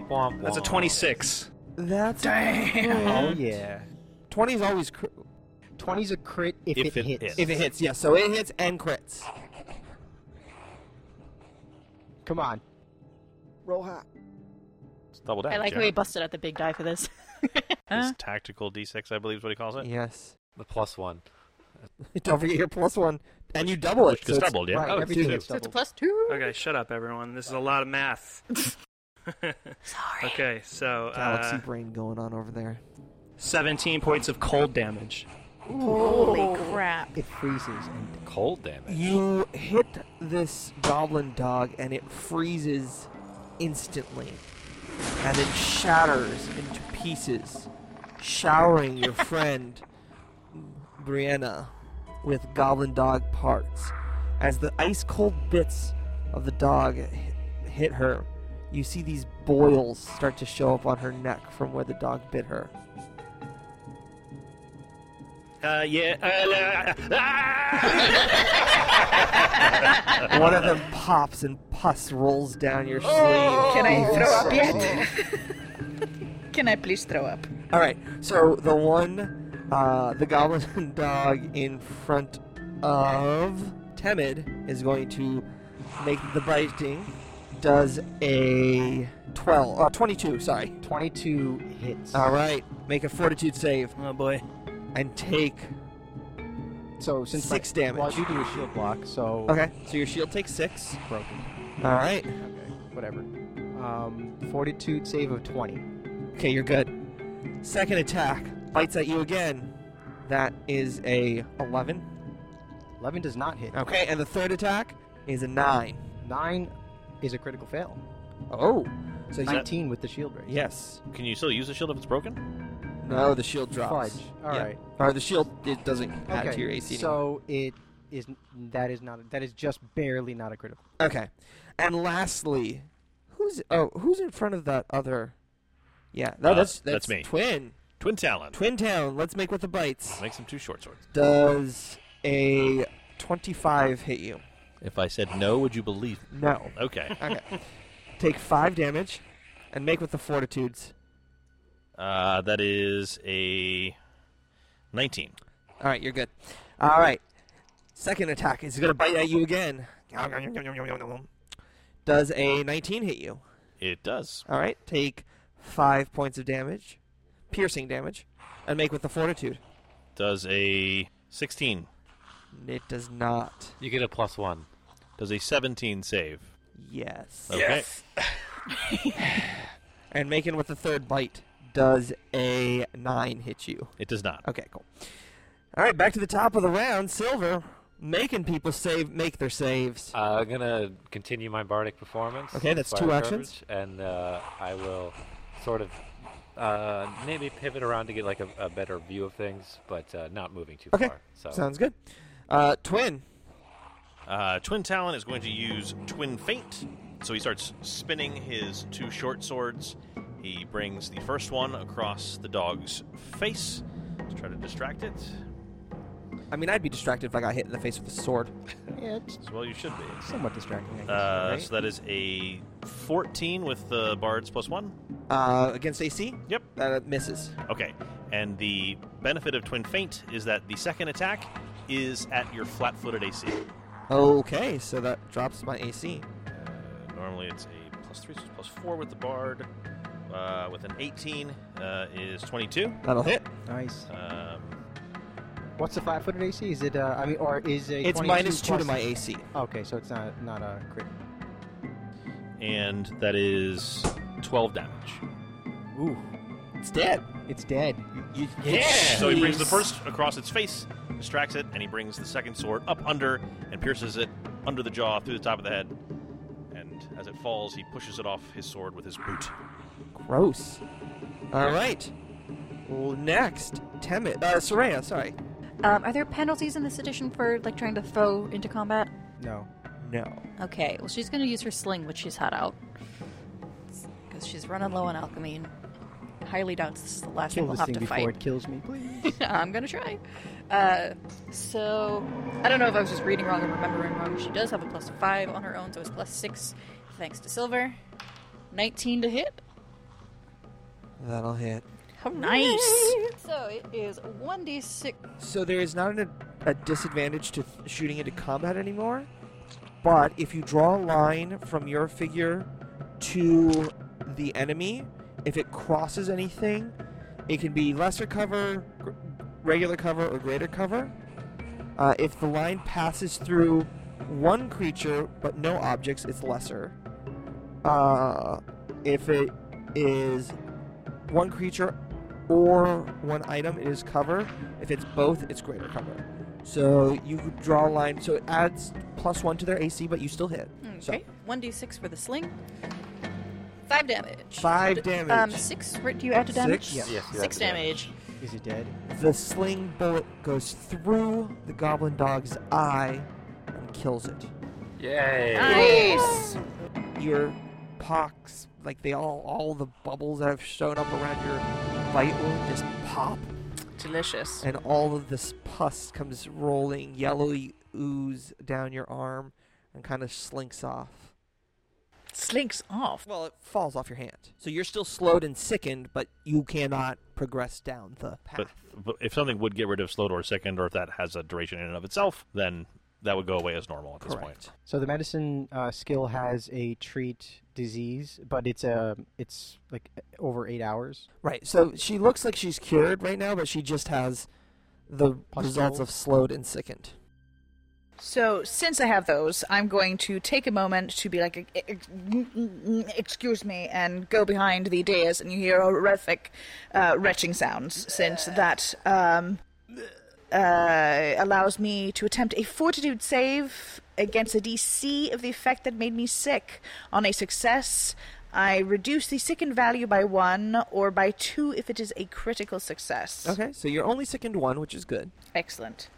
Speaker 4: womp.
Speaker 7: That's a
Speaker 4: womp.
Speaker 7: twenty-six.
Speaker 1: That's
Speaker 5: Oh
Speaker 1: damn.
Speaker 5: yeah.
Speaker 1: Twenty is always cri-
Speaker 5: 20's a crit if,
Speaker 8: If it
Speaker 5: hits.
Speaker 8: hits.
Speaker 1: if it hits. Yeah. So it hits and crits.
Speaker 5: Come on.
Speaker 1: Roll high.
Speaker 8: It's double
Speaker 5: Oh,
Speaker 8: damage.
Speaker 3: I like
Speaker 8: yeah.
Speaker 3: how he busted out the big die for this.
Speaker 8: His tactical D6, I believe, is what he calls it.
Speaker 1: Yes.
Speaker 4: The plus one.
Speaker 1: Don't forget your plus one, and you double
Speaker 8: which
Speaker 1: it.
Speaker 8: gets
Speaker 1: so it's-
Speaker 8: doubled, yeah.
Speaker 1: Right,
Speaker 8: Oh,
Speaker 1: everything
Speaker 8: two.
Speaker 1: gets
Speaker 3: so it's a
Speaker 1: doubled.
Speaker 3: plus two.
Speaker 7: Okay, shut up, everyone. This is a lot of math.
Speaker 3: Sorry.
Speaker 7: Okay, so
Speaker 1: Galaxy
Speaker 7: uh,
Speaker 1: brain going on over there.
Speaker 7: 17 points of cold damage.
Speaker 6: Holy crap.
Speaker 5: It freezes and
Speaker 4: Cold damage.
Speaker 1: You hit this goblin dog and it freezes instantly. And it shatters into pieces, showering your friend, Brianna, with goblin dog parts. As the ice cold bits of the dog hit, hit her, you see these boils start to show up on her neck from where the dog bit her.
Speaker 7: Uh, yeah. Uh, la- ah!
Speaker 1: One of them pops and pus rolls down your sleeve.
Speaker 6: Oh, Can I throw up yet? Can I please throw up?
Speaker 1: All right. So the one, uh, the goblin dog in front of Temid is going to make the biting. Does a 12, uh, 22, sorry.
Speaker 5: 22 hits.
Speaker 1: All right. Make a fortitude save
Speaker 7: oh boy.
Speaker 1: and take.
Speaker 5: So since
Speaker 1: Six
Speaker 5: my, Well,
Speaker 1: damage.
Speaker 5: I do do a shield block, so
Speaker 1: Okay. So your shield takes six.
Speaker 5: broken.
Speaker 1: All right.
Speaker 5: Okay, whatever. Um, fortitude save of 20.
Speaker 1: Okay, you're good. Second attack bites at you again. That is a 11.
Speaker 5: 11 does not hit.
Speaker 1: Okay, and the third attack is a 9.
Speaker 5: 9 is a critical fail.
Speaker 1: Oh. So he's
Speaker 5: 19 with the shield break.
Speaker 1: Yes.
Speaker 8: Can you still use the shield if it's broken?
Speaker 1: No, the shield drops.
Speaker 5: Oh, Fudge. All right.
Speaker 1: Or the shield it doesn't add
Speaker 5: Okay.
Speaker 1: to your AC. anymore.
Speaker 5: so it is that is not that is just barely not a critical.
Speaker 1: okay. And lastly, who's oh who's in front of that other? Yeah, no,
Speaker 8: Uh,
Speaker 1: that's, that's
Speaker 8: that's me.
Speaker 1: Twin.
Speaker 8: Twin Talon.
Speaker 1: Twin Town, let's make with the bites.
Speaker 8: Make some two short swords.
Speaker 1: Does a 25 hit you?
Speaker 8: If I said no, would you believe me?
Speaker 1: No.
Speaker 8: Okay.
Speaker 1: Okay. Take 5 damage and make with the fortitudes.
Speaker 8: Uh, that is a 19.
Speaker 1: All right, you're good. All right. Second attack is going to bite at you again. Does a 19 hit you?
Speaker 8: It does.
Speaker 1: All right. Take 5 points of damage, piercing damage, and make with the fortitude.
Speaker 8: Does a 16.
Speaker 1: It does not.
Speaker 4: You get a plus one.
Speaker 8: Does a 17 save.
Speaker 1: Yes.
Speaker 8: Okay.
Speaker 1: And making with the third bite. Does a 9 hit you?
Speaker 8: It does not.
Speaker 1: Okay, cool. All right, back to the top of the round. Silver making people save make their saves.
Speaker 4: Uh, I'm gonna continue my bardic performance.
Speaker 1: Okay, that's
Speaker 4: Fire
Speaker 1: two
Speaker 4: coverage,
Speaker 1: actions.
Speaker 4: and uh, I will sort of uh, maybe pivot around to get like a, a better view of things, but uh, not moving too
Speaker 1: Okay,
Speaker 4: far. So
Speaker 1: Sounds good. Uh, twin.
Speaker 8: Uh, Twin Talon is going to use Twin Feint. So he starts spinning his two short swords. He brings the first one across the dog's face to try to distract it.
Speaker 1: I mean, I'd be distracted if I got hit in the face with a sword.
Speaker 5: Yeah, it's
Speaker 8: As well, you should be.
Speaker 5: somewhat distracting. I guess.
Speaker 8: Uh,
Speaker 1: Right.
Speaker 8: so that is a 14 with the bard's plus one.
Speaker 1: Uh, against AC,
Speaker 8: Yep.
Speaker 1: that uh, misses.
Speaker 8: Okay. And the benefit of Twin Feint is that the second attack is at your flat footed AC.
Speaker 1: Okay, so that drops my AC.
Speaker 8: Uh, Normally it's a plus three, so it's plus four with the bard. Uh, with an 18 uh, is 22.
Speaker 1: That'll hit.
Speaker 5: nice.
Speaker 8: Um,
Speaker 5: What's the flat-footed AC? Is it? Uh, I mean, or is it?
Speaker 1: It's minus two to my AC.
Speaker 5: Okay, so it's not not a crit.
Speaker 8: and that is 12 damage.
Speaker 5: Ooh,
Speaker 1: It's dead.
Speaker 5: it's dead.
Speaker 8: So he brings the first across its face, distracts it, and he brings the second sword up under and pierces it under the jaw through the top of the head. And as it falls, he pushes it off his sword with his boot.
Speaker 1: Gross. All right. Well, next, Temet. Uh, Soraya, sorry.
Speaker 3: Um, are there penalties in this edition for like trying to throw into combat?
Speaker 5: No.
Speaker 1: No.
Speaker 3: Okay, well she's gonna use her sling, which she's had out, because she's running low on alchemy. and Highly doubts this is the last
Speaker 5: Kill
Speaker 3: thing we'll
Speaker 5: this
Speaker 3: have
Speaker 5: thing
Speaker 3: to
Speaker 5: before
Speaker 3: fight.
Speaker 5: it kills me, please.
Speaker 3: I'm gonna try. Uh, so I don't know if I was just reading wrong or remembering wrong. She does have a plus five on her own, so it's plus six, thanks to silver. Nineteen to hit.
Speaker 1: That'll hit.
Speaker 6: Nice.
Speaker 3: So it is one d six.
Speaker 1: So there is not an, a disadvantage to th- shooting into combat anymore, but if you draw a line from your figure to the enemy, if it crosses anything, it can be lesser cover, gr- regular cover, or greater cover. Uh, if the line passes through one creature but no objects, it's lesser. Uh, if it is one creature or one item, it is cover. If it's both, it's greater cover. So you could draw a line. So it adds plus one to their AC, but you still hit. So
Speaker 3: Okay, one d six for the sling. Five damage.
Speaker 1: Five
Speaker 3: D-
Speaker 1: damage.
Speaker 3: Um, six. what Do you add to damage?
Speaker 1: Six?
Speaker 4: Yes, you
Speaker 3: Six
Speaker 4: have to-
Speaker 3: damage.
Speaker 5: Is it dead?
Speaker 1: the sling bullet goes through the goblin dog's eye and kills it.
Speaker 4: Yay!
Speaker 6: Nice.
Speaker 1: Your pox, like they all, all the bubbles that have shown up around your vital just pop,
Speaker 6: Delicious.
Speaker 1: and all of this pus comes rolling yellowy ooze down your arm and kind of slinks off.
Speaker 6: Slinks off.
Speaker 1: Well, it falls off your hand. So you're still slowed and sickened, but you cannot progress down the path.
Speaker 8: But, but if something would get rid of slowed or sickened, or if that has a duration in and of itself, then that would go away as normal at this point.
Speaker 1: Correct.
Speaker 5: So the medicine uh, skill has a treat disease, but it's a it's like over eight hours.
Speaker 1: Right. So she looks like she's cured right now, but she just has the
Speaker 5: Plus
Speaker 1: results
Speaker 5: double.
Speaker 1: of slowed and sickened.
Speaker 6: So, since I have those, I'm going to take a moment to be like, "Ex- ex- excuse me, and go behind the dais, and you hear horrific uh, retching sounds, since that um, uh, allows me to attempt a fortitude save against a DC of the effect that made me sick. On a success, I reduce the sickened value by one, or by two if it is a critical success.
Speaker 1: Okay. So you're only sickened one, which is good.
Speaker 6: Excellent.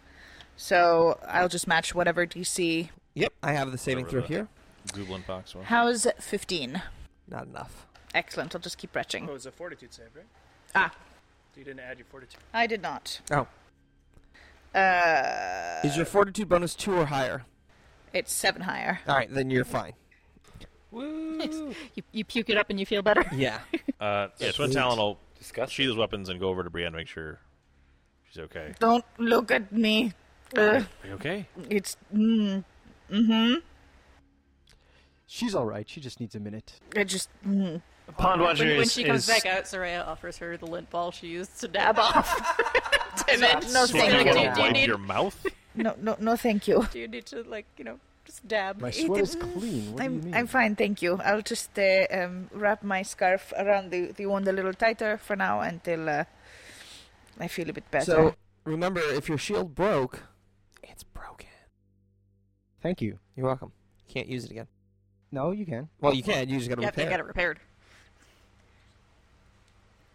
Speaker 6: So I'll just match whatever DC.
Speaker 1: Yep. I have the saving
Speaker 8: Over
Speaker 1: throw
Speaker 8: the-
Speaker 1: here.
Speaker 8: Goblin Fox one.
Speaker 6: How's 15?
Speaker 1: Not enough.
Speaker 7: Oh,
Speaker 6: Excellent. I'll just keep retching.
Speaker 7: was a fortitude save, right?
Speaker 6: Ah,
Speaker 7: You didn't add your fortitude.
Speaker 6: I did not.
Speaker 1: Oh.
Speaker 6: Uh,
Speaker 1: Is your fortitude bonus two or higher?
Speaker 6: it's seven higher.
Speaker 1: All right, then you're fine.
Speaker 3: You, you puke it up and you feel better.
Speaker 1: Yeah.
Speaker 8: Uh, yeah, Twin Talon will
Speaker 4: Disgusting.
Speaker 8: sheath his weapons and go over to Brienne to make sure she's okay.
Speaker 6: Don't look at me. Uh,
Speaker 8: Are you okay?
Speaker 6: it's mm, mm-hmm.
Speaker 5: She's all right. She just needs a minute.
Speaker 6: I just mm.
Speaker 7: Pond Watcher
Speaker 3: When, when
Speaker 7: is-
Speaker 3: she comes
Speaker 7: is-
Speaker 3: back out, Soraya offers her the lint ball she used to dab off. and then,
Speaker 6: No,
Speaker 3: she's
Speaker 8: Do you
Speaker 6: thank
Speaker 3: like,
Speaker 6: you.
Speaker 8: want
Speaker 3: do, you-
Speaker 8: to
Speaker 3: do you
Speaker 8: wipe
Speaker 3: need,
Speaker 8: your mouth?
Speaker 6: no, no, no. Thank you.
Speaker 3: do you need to, like, you know, just dab?
Speaker 5: My
Speaker 6: It-
Speaker 5: sweat is
Speaker 6: mm,
Speaker 5: clean. What do
Speaker 6: I'm
Speaker 5: you mean?
Speaker 6: I'm fine, thank you. I'll just uh, um, wrap my scarf around the, the wound a little tighter for now until uh, I feel a bit better.
Speaker 1: So remember, if your shield broke, it's broken.
Speaker 5: Thank you.
Speaker 1: You're welcome. Can't use it again.
Speaker 5: No, you can.
Speaker 1: Well, you can. You just gotta
Speaker 3: yeah,
Speaker 1: repair.
Speaker 3: they got it repaired.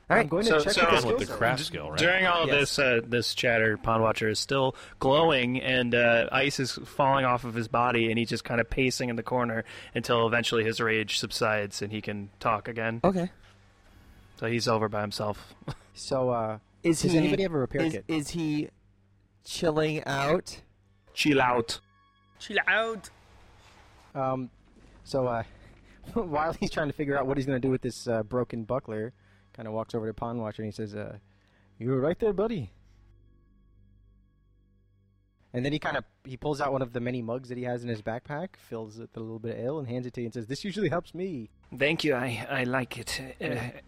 Speaker 1: All right.
Speaker 5: I'm going
Speaker 7: So-
Speaker 5: to check
Speaker 7: so-
Speaker 5: with
Speaker 8: With the
Speaker 5: skill
Speaker 8: craft
Speaker 5: set.
Speaker 8: skill, right?
Speaker 7: During all of
Speaker 1: Yes.
Speaker 7: this, uh, this chatter, Pond Watcher is still glowing, and uh, ice is falling off of his body, and he's just kind of pacing in the corner until eventually his rage subsides and he can talk again.
Speaker 1: Okay.
Speaker 7: So he's over by himself.
Speaker 5: So, uh,
Speaker 1: Is
Speaker 3: Hmm.
Speaker 5: does
Speaker 1: he?
Speaker 5: anybody have a repair
Speaker 1: is,
Speaker 5: kit?
Speaker 1: is he chilling out?
Speaker 7: Chill out.
Speaker 3: Chill out.
Speaker 5: Um, so uh, while he's trying to figure out what he's going to do with this uh, broken buckler, kind of walks over to Pond Watcher and he says, uh, "You're right there, buddy." And then he kind of he pulls out one of the many mugs that he has in his backpack, fills it with a little bit of ale, and hands it to you and says, "This usually helps me."
Speaker 7: Thank you. I, I like it.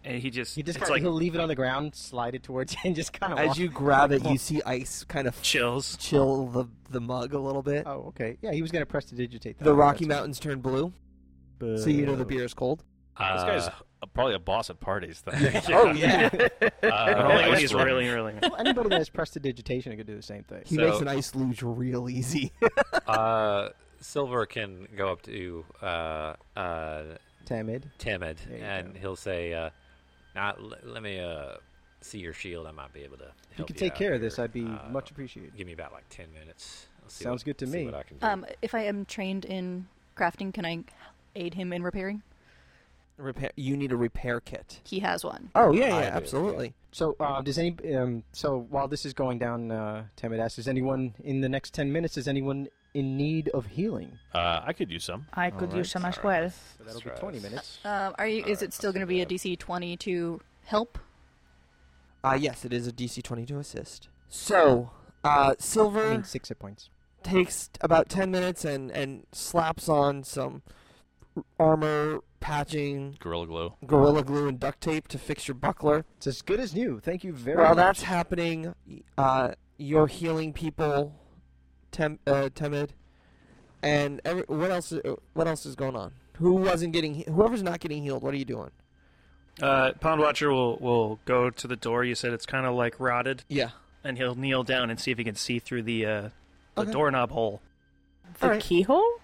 Speaker 7: and he just,
Speaker 5: He just
Speaker 7: it's
Speaker 5: kinda,
Speaker 7: like
Speaker 5: he'll leave it on the ground, slide it towards you, and just kind of
Speaker 1: As you grab it, you see ice kind of
Speaker 7: chills.
Speaker 1: chill the the mug a little bit.
Speaker 5: Oh, okay. Yeah, he was gonna press to digitate.
Speaker 1: the Rocky Mountains turn blue, so you know the beer is cold.
Speaker 8: This guy's
Speaker 4: Uh,
Speaker 8: probably a boss at parties. Then.
Speaker 1: Oh yeah.
Speaker 8: Uh,
Speaker 7: Only when
Speaker 8: ice
Speaker 7: Oh, he's
Speaker 8: one.
Speaker 7: really, really.
Speaker 5: Anybody that has pressed to digitation could do the same thing.
Speaker 1: He
Speaker 4: So-
Speaker 1: makes an ice luge real easy.
Speaker 4: uh, Silver can go up to uh, uh,
Speaker 5: Tamid.
Speaker 4: Timid
Speaker 5: There you
Speaker 4: and
Speaker 5: go.
Speaker 4: he'll say, uh, "Now, l- let me uh, see your shield. I might be able to help
Speaker 5: If you could
Speaker 4: out
Speaker 5: take care of this,
Speaker 4: here.
Speaker 5: I'd be
Speaker 4: Uh,
Speaker 5: much appreciated.
Speaker 4: Give me about like ten minutes. I'll see
Speaker 5: Sounds
Speaker 4: what-
Speaker 5: good to
Speaker 4: see
Speaker 5: me.
Speaker 4: what I can do.
Speaker 3: Um, if I am trained in crafting, can I aid him in repairing?
Speaker 1: repair. You need a repair kit.
Speaker 3: He has one.
Speaker 1: Oh yeah, yeah,
Speaker 4: I do, yeah.
Speaker 1: absolutely.
Speaker 5: So, uh, does any um, so while this is going down, uh, Tamid asks, is anyone in the next ten minutes? Is anyone in need of healing?
Speaker 8: Uh, I could use some.
Speaker 6: I could
Speaker 5: All
Speaker 6: use
Speaker 5: right.
Speaker 6: some as well.
Speaker 5: So that'll be twenty minutes.
Speaker 3: Um, are you? is
Speaker 4: Alright,
Speaker 3: it still
Speaker 4: I'll
Speaker 3: going to
Speaker 4: see
Speaker 3: be a
Speaker 4: that.
Speaker 3: DC twenty to help?
Speaker 1: Uh, yes, it is a DC 22 assist. So, uh, Silver
Speaker 5: I mean, six hit points.
Speaker 1: takes about 10 minutes and, and slaps on some armor patching,
Speaker 8: Gorilla Glue.
Speaker 1: gorilla glue, and duct tape to fix your buckler.
Speaker 5: It's as good as new. Thank you very
Speaker 1: While
Speaker 5: much.
Speaker 1: that's happening, uh, you're healing people, tem- uh, timid, and every- what else? uh, What else is going on? Who wasn't getting? he- Whoever's not getting healed, what are you doing?
Speaker 7: Uh, Pond Watcher will, will go to the door. You said it's kind of like rotted,
Speaker 1: Yeah.
Speaker 7: and he'll kneel down and see if he can see through the, uh, the
Speaker 1: Okay.
Speaker 7: doorknob hole.
Speaker 6: The
Speaker 1: Alright.
Speaker 6: keyhole?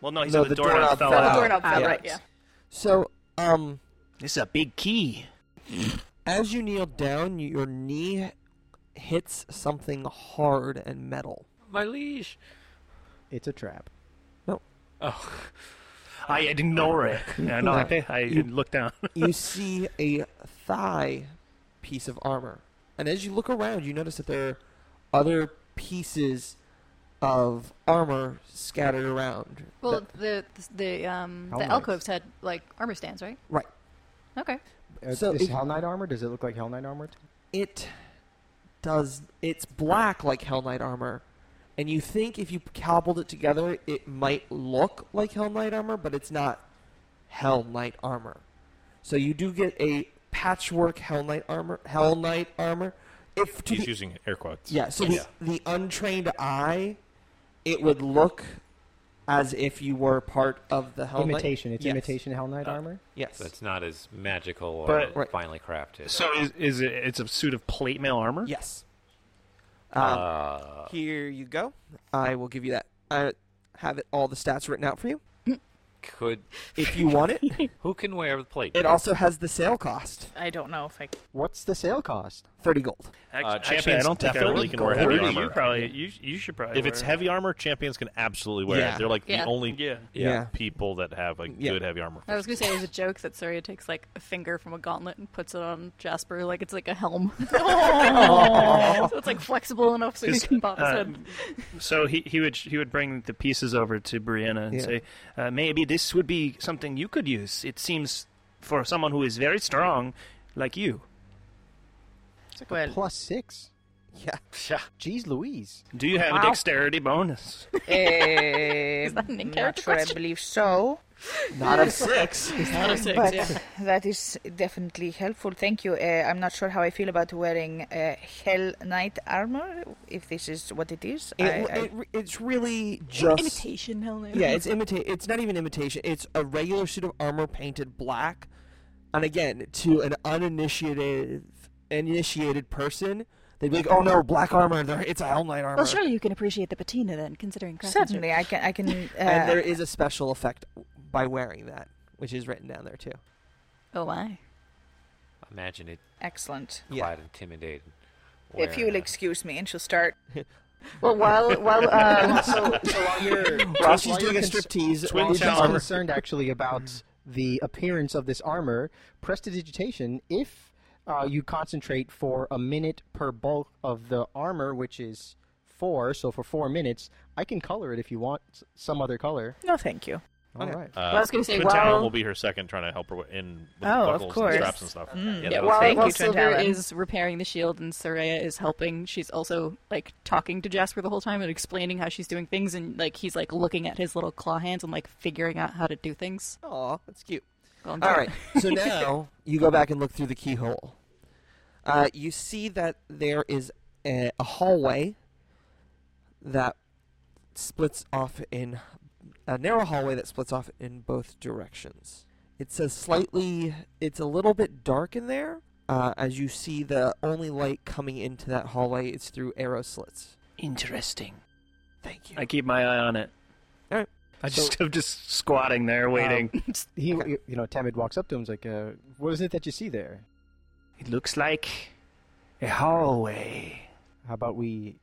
Speaker 7: Well, no, he
Speaker 1: No,
Speaker 7: said the,
Speaker 1: the doorknob
Speaker 7: doorknob, fell
Speaker 1: fell
Speaker 7: out.
Speaker 1: out.
Speaker 6: Ah,
Speaker 1: yeah.
Speaker 6: right. Yeah.
Speaker 1: So, um,
Speaker 7: This is a big key.
Speaker 1: as you kneel down, your knee hits something hard and metal.
Speaker 4: My liege.
Speaker 5: It's a trap.
Speaker 4: Oh,
Speaker 7: I ignore it. Yeah, no, I, I
Speaker 1: You-
Speaker 7: look down.
Speaker 1: you see a thigh piece of armor. And as you look around, you notice that there are other pieces of armor scattered around.
Speaker 3: Well, the the, the um
Speaker 5: How
Speaker 3: the
Speaker 5: nice.
Speaker 3: alcoves had like armor stands, right?
Speaker 1: Right.
Speaker 3: Okay.
Speaker 5: Uh,
Speaker 1: So
Speaker 5: is
Speaker 1: if-
Speaker 5: Hell Knight armor? Does it look like Hell Knight armor?
Speaker 1: It does. It's black like Hell Knight armor. And you think if you cobbled it together, it might look like Hell Knight armor, but it's not Hell Knight armor. So you do get a patchwork Hell Knight armor. Hell Knight armor. If to
Speaker 8: He's
Speaker 1: the
Speaker 8: using air quotes.
Speaker 1: Yeah, so The, the untrained eye, it would look as if you were part of the helmet.
Speaker 5: imitation. It's
Speaker 1: yes.
Speaker 5: imitation Hell Knight armor.
Speaker 1: Yes.
Speaker 4: that's not as magical or
Speaker 7: But-
Speaker 1: Right.
Speaker 4: finely crafted.
Speaker 7: So is, is it? It's a suit of plate mail armor.
Speaker 1: yes. Um,
Speaker 4: uh,
Speaker 1: here you go. I will give you that. I have it all the stats written out for you.
Speaker 4: Could
Speaker 1: if you want it.
Speaker 4: who can wear the plate?
Speaker 1: It also has the sale cost,
Speaker 6: I don't know if I.
Speaker 5: What's the sale cost?
Speaker 1: thirty gold.
Speaker 7: Act-
Speaker 4: Uh,
Speaker 7: actually,
Speaker 4: champions
Speaker 7: I don't think I
Speaker 8: definitely
Speaker 7: really
Speaker 8: can wear heavy armor.
Speaker 7: You probably, you, you should probably.
Speaker 8: If it's
Speaker 7: wear
Speaker 8: heavy armor, champions can absolutely wear
Speaker 1: Yeah.
Speaker 8: it. They're like
Speaker 3: Yeah.
Speaker 8: the only
Speaker 7: Yeah.
Speaker 1: Yeah.
Speaker 8: people that have like
Speaker 1: Yeah.
Speaker 8: good heavy armor.
Speaker 3: I was gonna say there's a joke that Surya takes like a finger from a gauntlet and puts it on Jasper like it's like a helm. so it's like flexible enough so he
Speaker 7: Just,
Speaker 3: can pop his
Speaker 7: uh,
Speaker 3: head.
Speaker 7: So he, he would he would bring the pieces over to Brianna and
Speaker 1: Yeah.
Speaker 7: say, uh, maybe this would be something you could use. It seems for someone who is very strong, like you.
Speaker 5: It's like
Speaker 6: Well-
Speaker 5: a plus six.
Speaker 1: Yeah.
Speaker 5: Jeez Louise.
Speaker 7: Do you have a
Speaker 6: Wow.
Speaker 7: dexterity bonus?
Speaker 6: Is
Speaker 3: that an in-character
Speaker 6: Um, Not sure I
Speaker 3: question?
Speaker 6: believe so.
Speaker 1: Not of six.
Speaker 3: Out of six,
Speaker 6: But
Speaker 3: yeah.
Speaker 6: that is definitely helpful. Thank you. Uh, I'm not sure how I feel about wearing uh, Hell Knight armor, if this is what it is.
Speaker 1: It,
Speaker 6: I, I,
Speaker 1: it, it's really just
Speaker 3: imitation helm.
Speaker 1: Yeah, it's imita- It's not even imitation. It's a regular suit of armor painted black, and again, to an uninitiated initiated person, they'd be like, "Oh no, black armor! There, it's a Hell Knight armor."
Speaker 3: Well, surely you can appreciate the patina then, considering
Speaker 6: certainly, I can. I can. Uh,
Speaker 1: And there is a special effect by wearing that, which is written down there too.
Speaker 3: Oh my!
Speaker 4: Imagine it
Speaker 6: excellent.
Speaker 1: Yeah.
Speaker 4: quite intimidating.
Speaker 6: If
Speaker 4: Wearing
Speaker 6: you'll
Speaker 4: a-
Speaker 6: excuse me, and she'll start.
Speaker 5: Well, while while uh, so, so while you're
Speaker 1: While
Speaker 5: while
Speaker 1: she's
Speaker 5: you're
Speaker 1: doing a
Speaker 5: cons-
Speaker 1: striptease,
Speaker 5: while
Speaker 1: while
Speaker 5: she's
Speaker 1: she's on-
Speaker 5: concerned actually about the appearance of this armor, prestidigitation. If uh, you concentrate for a minute per bulk of the armor, which is four, so for four minutes, I can color it if you want s- some other color.
Speaker 6: No, thank you.
Speaker 5: All right.
Speaker 8: Uh,
Speaker 3: I was gonna say,
Speaker 8: Quintal
Speaker 3: while-
Speaker 8: will be her second, trying to help her in with
Speaker 6: Oh, of
Speaker 8: buckles
Speaker 6: course.
Speaker 8: and straps and stuff.
Speaker 6: Mm.
Speaker 8: Yeah,
Speaker 6: Yeah,
Speaker 8: that was
Speaker 6: well,
Speaker 8: it.
Speaker 6: Thank
Speaker 3: while
Speaker 6: you,
Speaker 3: Silver
Speaker 6: Trentalen.
Speaker 3: is repairing the shield and Soraya is helping, she's also like talking to Jasper the whole time and explaining how she's doing things, and like he's like looking at his little claw hands and like figuring out how to do things.
Speaker 1: Aw, that's cute.
Speaker 3: All
Speaker 1: All right. So now you go back and look through the keyhole. Uh, you see that there is a, a hallway that splits off in a narrow hallway that splits off in both directions. It's a slightly, it's a little bit dark in there. Uh, as you see, the only light coming into that hallway is through arrow slits.
Speaker 7: Interesting.
Speaker 1: Thank you.
Speaker 7: I keep my eye on it.
Speaker 1: All right.
Speaker 7: I just I'm just squatting there waiting.
Speaker 5: He, you you know, Tamid walks up to him, and is like, uh, "What is it that you see there?
Speaker 7: it looks like a hallway.
Speaker 5: How about we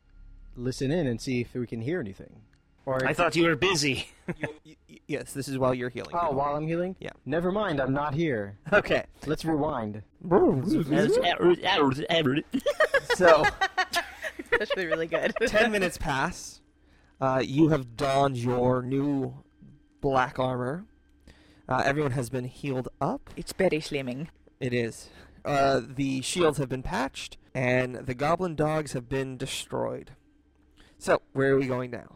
Speaker 5: listen in and see if we can hear anything?" Or
Speaker 7: I
Speaker 5: if-
Speaker 7: thought you were busy.
Speaker 1: Y- y- yes, this is while you're healing.
Speaker 5: Oh,
Speaker 1: people.
Speaker 5: while I'm healing?
Speaker 1: Yeah.
Speaker 5: Never mind, I'm not here.
Speaker 1: Okay.
Speaker 5: Let's rewind.
Speaker 1: So.
Speaker 6: That should be really good.
Speaker 1: Ten minutes pass. Uh, you have donned your new black armor. Uh, everyone has been healed up.
Speaker 6: It's very slimming.
Speaker 1: It is. Uh, the shields have been patched, and the goblin dogs have been destroyed. So, where are we going now?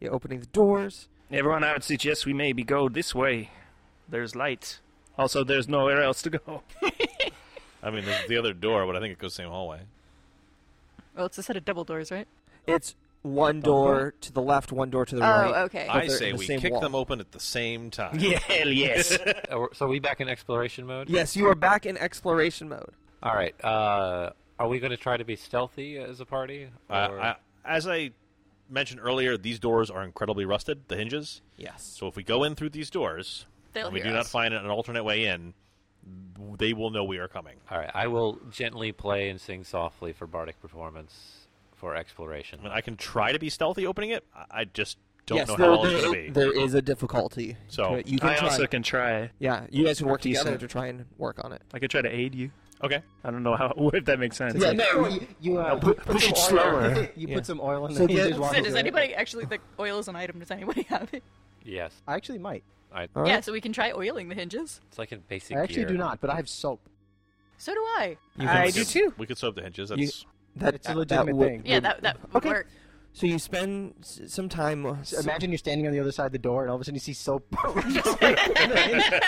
Speaker 1: You're opening the doors.
Speaker 7: Everyone, I would suggest we maybe go this way. There's light. Also, there's nowhere else to go.
Speaker 8: I mean, there's the other door, but I think it goes the same hallway.
Speaker 3: Well, it's a set of double doors, right?
Speaker 1: It's one door to the left, one door to
Speaker 6: Oh,
Speaker 1: the right.
Speaker 3: okay.
Speaker 8: I
Speaker 1: they're
Speaker 8: say
Speaker 1: in the
Speaker 8: we
Speaker 1: same
Speaker 8: kick
Speaker 1: wall.
Speaker 8: them open at the same time.
Speaker 7: Yeah, hell yes.
Speaker 4: Uh, we're- so are we back in exploration mode?
Speaker 1: Yes, you are back in exploration mode.
Speaker 4: All right. Uh, are we going to try to be stealthy as a party?
Speaker 8: Uh,
Speaker 4: or-
Speaker 8: I, as I mentioned earlier, these doors are incredibly rusted. The hinges.
Speaker 1: Yes.
Speaker 8: So if we go in through these doors
Speaker 3: They'll
Speaker 8: and we
Speaker 3: hear
Speaker 8: do not
Speaker 3: us.
Speaker 8: find an alternate way in, they will know we are coming.
Speaker 4: All right. I will gently play and sing softly for bardic performance for exploration.
Speaker 8: I mean, I can try to be stealthy opening it. I- I just don't
Speaker 1: yes,
Speaker 8: know
Speaker 1: there,
Speaker 8: how long it's
Speaker 1: there-
Speaker 8: going to be.
Speaker 1: there is a difficulty.
Speaker 8: So,
Speaker 1: to it. you can
Speaker 7: I
Speaker 1: try.
Speaker 7: also can try.
Speaker 1: Yeah, you guys can work together
Speaker 7: Decent.
Speaker 1: to try and work on it.
Speaker 7: I could try to aid you.
Speaker 8: okay.
Speaker 7: I don't know how if that makes sense.
Speaker 1: Yeah, no,
Speaker 5: you, you, uh,
Speaker 7: put-
Speaker 5: you
Speaker 7: push
Speaker 5: some
Speaker 7: it
Speaker 5: oil-
Speaker 7: slower.
Speaker 5: you
Speaker 1: Yeah.
Speaker 5: put some oil in
Speaker 1: So
Speaker 5: the
Speaker 1: the-
Speaker 5: hinges while
Speaker 1: So
Speaker 5: you do it.
Speaker 3: actually like oil is an item? Does anybody have it?
Speaker 4: yes.
Speaker 5: I actually might.
Speaker 4: I,
Speaker 1: All right.
Speaker 3: so we can try oiling the hinges.
Speaker 4: it's like in basic.
Speaker 5: I actually
Speaker 4: gear.
Speaker 5: do not, but I have soap.
Speaker 3: So do I.
Speaker 1: You
Speaker 6: I
Speaker 8: We
Speaker 6: do
Speaker 8: could-
Speaker 6: too.
Speaker 8: We could soap the hinges.
Speaker 1: You-
Speaker 8: That's
Speaker 1: That,
Speaker 5: It's a
Speaker 1: that
Speaker 5: legitimate
Speaker 1: would-
Speaker 5: thing.
Speaker 3: Yeah, that that would
Speaker 1: Okay.
Speaker 3: work.
Speaker 1: So you spend s- some time. uh,
Speaker 5: So
Speaker 1: s-
Speaker 5: imagine you're standing on the other side of the door, and all of a sudden you see soap.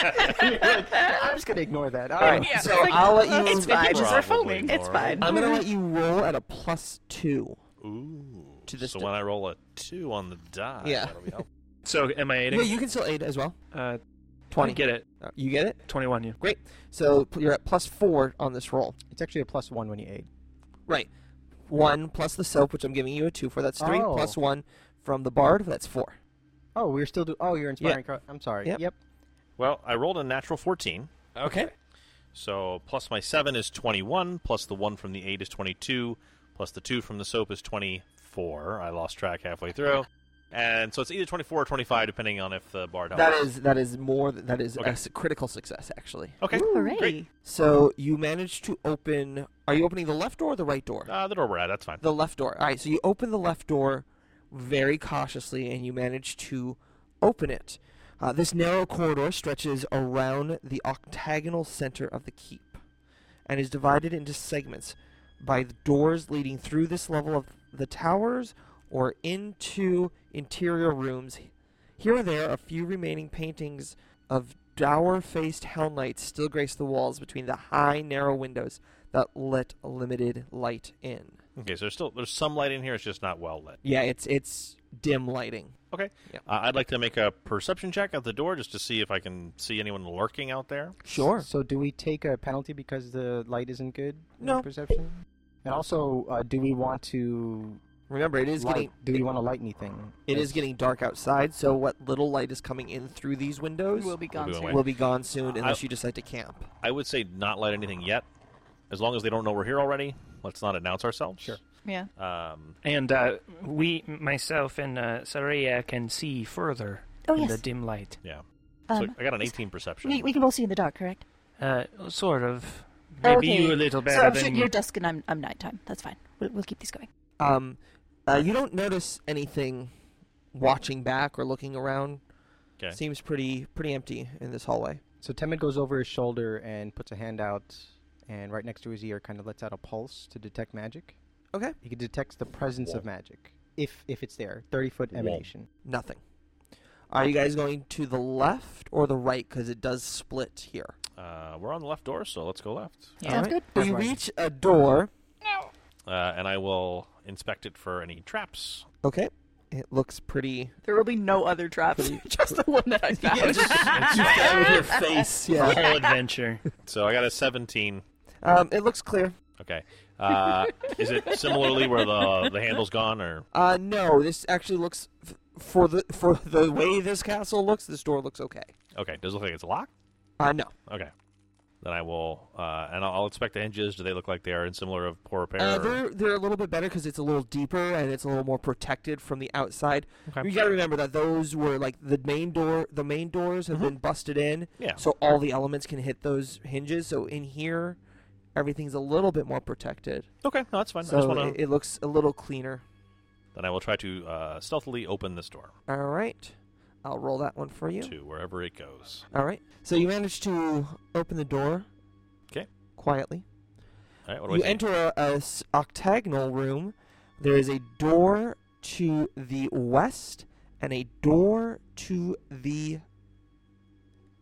Speaker 5: I'm just gonna ignore that. Um, All right.
Speaker 3: Yeah.
Speaker 1: So I'll let you.
Speaker 6: It's fine.
Speaker 8: Probably
Speaker 6: We're foaming.
Speaker 8: more.
Speaker 6: It's fine.
Speaker 1: I'm gonna let you roll at a plus two.
Speaker 8: ooh.
Speaker 1: To the
Speaker 8: so
Speaker 1: st-
Speaker 8: when I roll a two on the die,
Speaker 1: Yeah.
Speaker 8: that'll be helpful.
Speaker 7: So am I
Speaker 1: No,
Speaker 7: aiding?
Speaker 1: you can still aid as well.
Speaker 7: Uh,
Speaker 1: Twenty.
Speaker 7: I get it.
Speaker 1: Uh, You get it.
Speaker 7: Twenty-one. You.
Speaker 1: Great. So pl- you're at plus four on this roll.
Speaker 5: It's actually a plus one when you aid.
Speaker 1: Right. One plus the soap, which I'm giving you a two for. That's three.
Speaker 5: Oh.
Speaker 1: Plus one from the bard. That's four.
Speaker 5: Oh, we're still doing. Oh, you're inspiring. Cro- I'm sorry.
Speaker 1: Yep.
Speaker 8: Well, I rolled a natural 14.
Speaker 4: Okay.
Speaker 8: So plus my 7 is 21, plus the 1 from the 8 is 22, plus the 2 from the soap is 24. I lost track halfway through. And so it's either 24 or 25, depending on if the bard helps.
Speaker 1: That is that is more th- that is a
Speaker 8: Okay.
Speaker 1: s- critical success actually.
Speaker 8: Okay.
Speaker 3: Hooray!
Speaker 8: Great.
Speaker 1: So you manage to open. Are you opening the left door or the right door?
Speaker 8: Uh, the door we're at, that's fine.
Speaker 1: The left door. All right. So you open the left door very cautiously, and you manage to open it. Uh, this narrow corridor stretches around the octagonal center of the keep, and is divided into segments by the doors leading through this level of the towers or into interior rooms. Here and there, a few remaining paintings of dour-faced hell knights still grace the walls between the high, narrow windows that let limited light in.
Speaker 8: Okay, so there's still there's some light in here, it's just not well lit.
Speaker 1: Yeah, it's it's dim lighting.
Speaker 8: Okay.
Speaker 1: Yeah.
Speaker 8: Uh, I'd like to make a perception check at the door just to see if I can see anyone lurking out there.
Speaker 1: Sure.
Speaker 5: So do we take a penalty because the light isn't good? in
Speaker 1: No.
Speaker 5: Perception. And also, uh, do we want to
Speaker 1: Remember, it is
Speaker 5: light?
Speaker 1: getting
Speaker 5: do we want to light anything?
Speaker 1: it is getting dark outside, so what little light is coming in through these windows
Speaker 3: We'll be gone
Speaker 8: doing
Speaker 3: soon.
Speaker 8: well.
Speaker 1: will be gone soon unless
Speaker 8: I-
Speaker 1: you decide to camp.
Speaker 8: I would say not light anything yet. As long as they don't know we're here already, let's not announce ourselves. Sure.
Speaker 3: Yeah.
Speaker 8: Um,
Speaker 7: And uh, we, myself and uh, Saraya, can see further
Speaker 3: Oh,
Speaker 7: in
Speaker 3: yes.
Speaker 7: the dim light.
Speaker 8: yeah. so
Speaker 3: Um,
Speaker 8: I got an 18 perception.
Speaker 3: we, we can both see in the dark, correct?
Speaker 7: Uh, sort of. Maybe
Speaker 3: Oh, okay.
Speaker 7: you a little better
Speaker 3: So I'm
Speaker 7: than
Speaker 3: sure
Speaker 7: me.
Speaker 3: you're dusk and I'm, I'm nighttime. That's fine. We'll, we'll keep these going.
Speaker 1: Um, uh, you don't notice anything watching back or looking around.
Speaker 8: 'Kay.
Speaker 1: Seems pretty pretty empty in this hallway.
Speaker 5: So Temid goes over his shoulder and puts a hand out, and right next to his ear, kind of lets out a pulse to detect magic.
Speaker 1: Okay.
Speaker 5: He can detect the presence of magic if if it's there. Thirty foot
Speaker 8: Whoa.
Speaker 5: emanation.
Speaker 1: Nothing. Are you guys going to the left or the right? Because it does split here.
Speaker 8: Uh, we're on the left door, so let's go left.
Speaker 3: Yeah. Sounds good.
Speaker 1: You reach a door.
Speaker 8: Uh, and I will inspect it for any traps.
Speaker 1: Okay. It looks pretty.
Speaker 3: There will be no other traps, just the one that I found.
Speaker 1: your face. Yeah.
Speaker 7: The whole adventure.
Speaker 8: So I got a 17.
Speaker 1: Um, it looks clear.
Speaker 8: Okay. Uh, is it similarly where the the handle's gone, or
Speaker 1: Uh, no, this actually looks f- for the for the way this castle looks. This door looks okay.
Speaker 8: okay? Does it look like it's locked?
Speaker 1: Uh, no,
Speaker 8: Okay. Then I will, uh, and I'll, I'll inspect the hinges. Do they look like they are in similar of poor repair?
Speaker 1: uh,
Speaker 8: or-
Speaker 1: they're they're a little bit better because it's a little deeper and it's a little more protected from the outside.
Speaker 8: Okay.
Speaker 1: You gotta remember that those were like the main door. The main doors have been busted in,
Speaker 8: Mm-hmm. Yeah.
Speaker 1: so all the elements can hit those hinges. So in here, everything's a little bit more protected.
Speaker 8: Okay, no, that's fine. I
Speaker 1: So
Speaker 8: just want
Speaker 1: it,
Speaker 8: to.
Speaker 1: it looks a little cleaner.
Speaker 8: Then I will try to uh, stealthily open this door
Speaker 1: All right, I'll roll that one for you.
Speaker 8: to wherever it goes.
Speaker 1: All right. So you manage to open the door.
Speaker 8: 'Kay.
Speaker 1: Quietly.
Speaker 8: All right, what do
Speaker 1: You
Speaker 8: I see?
Speaker 1: enter a, a s- octagonal room. There is a door to the west and a door to the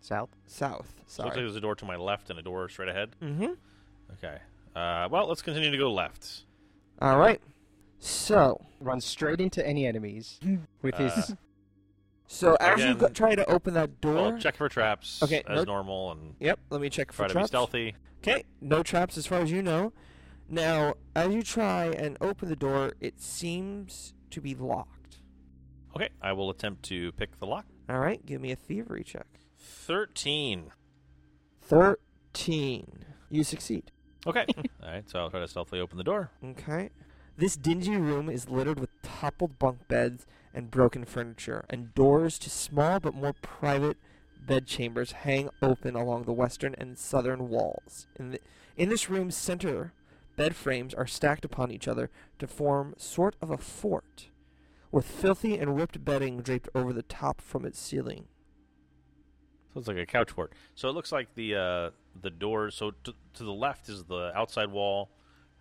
Speaker 5: South.
Speaker 1: south.
Speaker 8: So it looks like
Speaker 1: Sorry.
Speaker 8: there's a door to my left and a door straight ahead.
Speaker 1: Mm-hmm.
Speaker 8: Okay. Uh, well, let's continue to go left.
Speaker 1: All right. So,
Speaker 5: Runs straight into any enemies
Speaker 1: Ah.
Speaker 5: with his.
Speaker 8: Uh,
Speaker 1: so as you go,
Speaker 8: Again-
Speaker 1: try to open that door.
Speaker 8: Well, check for traps
Speaker 1: Okay,
Speaker 8: as
Speaker 1: no-
Speaker 8: normal and
Speaker 1: Yep. Let me check for
Speaker 8: try to be
Speaker 1: traps.
Speaker 8: stealthy.
Speaker 1: Okay. No traps, as far as you know. Now, as you try and open the door, it seems to be locked.
Speaker 8: Okay, I will attempt to pick the lock.
Speaker 1: All right. Give me a thievery check.
Speaker 8: 13.
Speaker 1: Thirteen. You succeed.
Speaker 8: Okay. All right, so I'll try to stealthily open the door.
Speaker 1: Okay. This dingy room is littered with toppled bunk beds and broken furniture, and doors to small but more private bedchambers hang open along the western and southern walls. In, the, in this room's center, bed frames are stacked upon each other to form sort of a fort, with filthy and ripped bedding draped over the top from its ceiling.
Speaker 8: So it's like a couch fort. So it looks like the uh, the door. So to, to the left is the outside wall,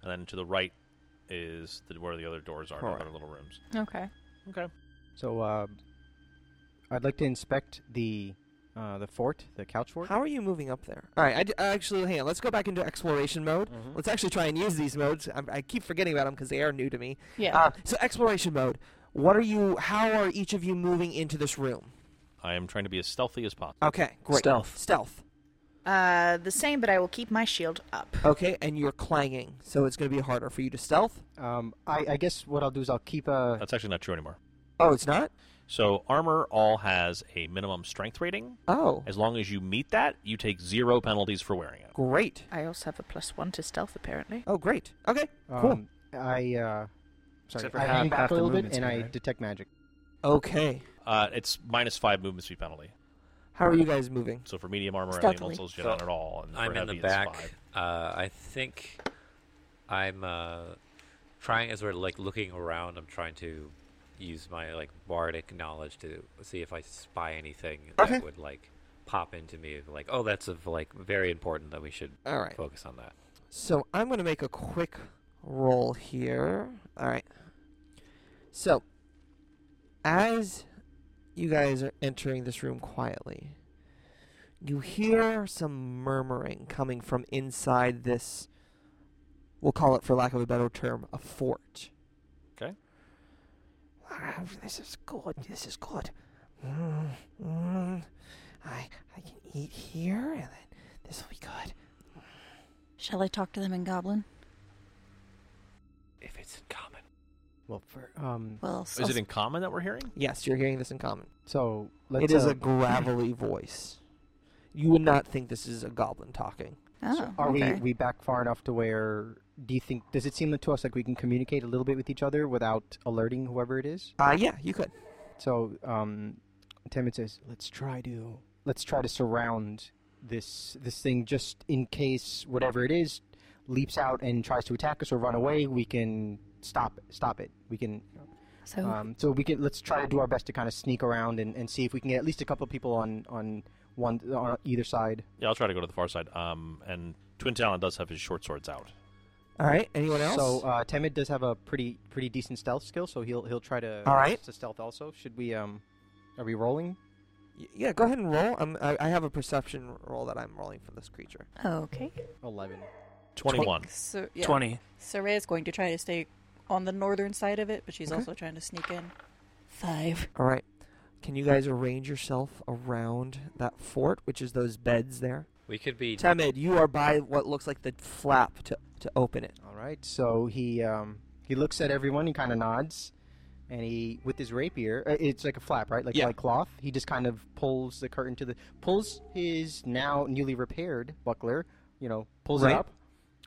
Speaker 8: and then to the right is the, where the other doors are, the
Speaker 1: Correct.
Speaker 8: other little rooms.
Speaker 3: Okay.
Speaker 8: Okay.
Speaker 5: So uh, I'd like to inspect the uh, the fort, the couch fort.
Speaker 1: How are you moving up there? All right, I d- uh, actually, hang on. Let's go back into exploration mode. Let's actually try and use these modes. I, I keep forgetting about them because they are new to me.
Speaker 3: Yeah.
Speaker 1: Uh, so exploration mode. What are you? How are each of you moving into this room?
Speaker 8: I am trying to be as stealthy as possible.
Speaker 1: Okay, great.
Speaker 7: Stealth.
Speaker 1: Stealth.
Speaker 6: Uh, the same, but I will keep my shield up.
Speaker 1: Okay, and you're clanging, so it's going to be harder for you to stealth.
Speaker 5: Um, I, I guess what I'll do is I'll keep a
Speaker 1: Uh,
Speaker 8: That's actually not true anymore.
Speaker 1: Oh, it's not.
Speaker 8: So armor all has a minimum strength rating.
Speaker 1: Oh,
Speaker 8: As long as you meet that, you take zero penalties for wearing it.
Speaker 1: great.
Speaker 6: I also have a plus one to stealth, apparently.
Speaker 1: Oh, great. Okay, cool.
Speaker 5: Um, I uh, sorry,
Speaker 7: Except for
Speaker 5: I
Speaker 7: half-
Speaker 5: hang back
Speaker 7: half
Speaker 5: a
Speaker 7: the
Speaker 5: little bit
Speaker 7: movement
Speaker 5: and
Speaker 7: speed,
Speaker 5: I
Speaker 7: right?
Speaker 5: detect magic.
Speaker 1: Okay.
Speaker 8: Uh, it's minus five movement speed penalty.
Speaker 1: How are you guys moving?
Speaker 8: So for medium armor, I
Speaker 6: Stealthily.
Speaker 8: lean those not at all. And for
Speaker 4: I'm in the
Speaker 8: heavy, it's
Speaker 4: back.
Speaker 8: five.
Speaker 4: Uh, I think I'm uh, trying as we're like looking around. I'm trying to use my like bardic knowledge to see if I spy anything
Speaker 1: Okay.
Speaker 4: that would like pop into me. Like, oh, that's of like very important that we should
Speaker 1: All right.
Speaker 4: focus on that.
Speaker 1: So I'm going to make a quick roll here. All right. So, as you guys are entering this room quietly, you hear some murmuring coming from inside this, we'll call it, for lack of a better term, a fort.
Speaker 8: 'Kay.
Speaker 1: Ah, This is good. This is good. Mm, mm. I, I can eat here, and then this will be good.
Speaker 3: Shall I talk to them in Goblin?
Speaker 4: If it's in common,
Speaker 5: Well, for, um,
Speaker 3: Well,
Speaker 8: Is it in common that we're hearing?
Speaker 1: Yes, you're hearing this in common.
Speaker 5: so let's.
Speaker 1: It is
Speaker 5: uh,
Speaker 1: a gravelly voice. You would not think this is a goblin talking.
Speaker 3: Oh,
Speaker 5: so are
Speaker 3: okay.
Speaker 5: we we back far enough to where? Do you think? Does it seem to us like we can communicate a little bit with each other without alerting whoever it is?
Speaker 1: Ah, yeah, you could.
Speaker 5: So, um, Temet says, "Let's try to let's try to surround this this thing just in case whatever it is leaps out and tries to attack us or run away. We can stop stop it. We can
Speaker 3: So
Speaker 5: um, so we can let's try to do our best to kind of sneak around and, and see if we can get at least a couple people on on one on either side.
Speaker 8: Yeah, I'll try to go to the far side. Um, and Twin Talon does have his short swords out.
Speaker 1: All right. Anyone else?
Speaker 5: So uh, Temid does have a pretty pretty decent stealth skill, so he'll he'll try to
Speaker 1: All right.
Speaker 5: to stealth also. Should we um are we rolling?
Speaker 1: Y- yeah, go ahead and roll. I'm, I, I have a perception roll that I'm rolling for this creature.
Speaker 3: okay.
Speaker 5: Eleven.
Speaker 8: Twenty-one.
Speaker 3: So yeah.
Speaker 7: Twenty.
Speaker 3: So Rhea's going to try to stay on the northern side of it, but she's
Speaker 1: Okay.
Speaker 3: also trying to sneak in. Five.
Speaker 1: All right. Can you guys arrange yourself around that fort, which is those beds there?
Speaker 4: we could be.
Speaker 1: Temid, you are by what looks like the flap to, to open it.
Speaker 5: All right. So he um, he looks at everyone. He kind of nods, and he with his rapier. uh, It's like a flap, right? Like
Speaker 1: Yeah.
Speaker 5: like cloth. He just kind of pulls the curtain to the pulls his now newly repaired buckler. You know, pulls
Speaker 1: Right.
Speaker 5: it up,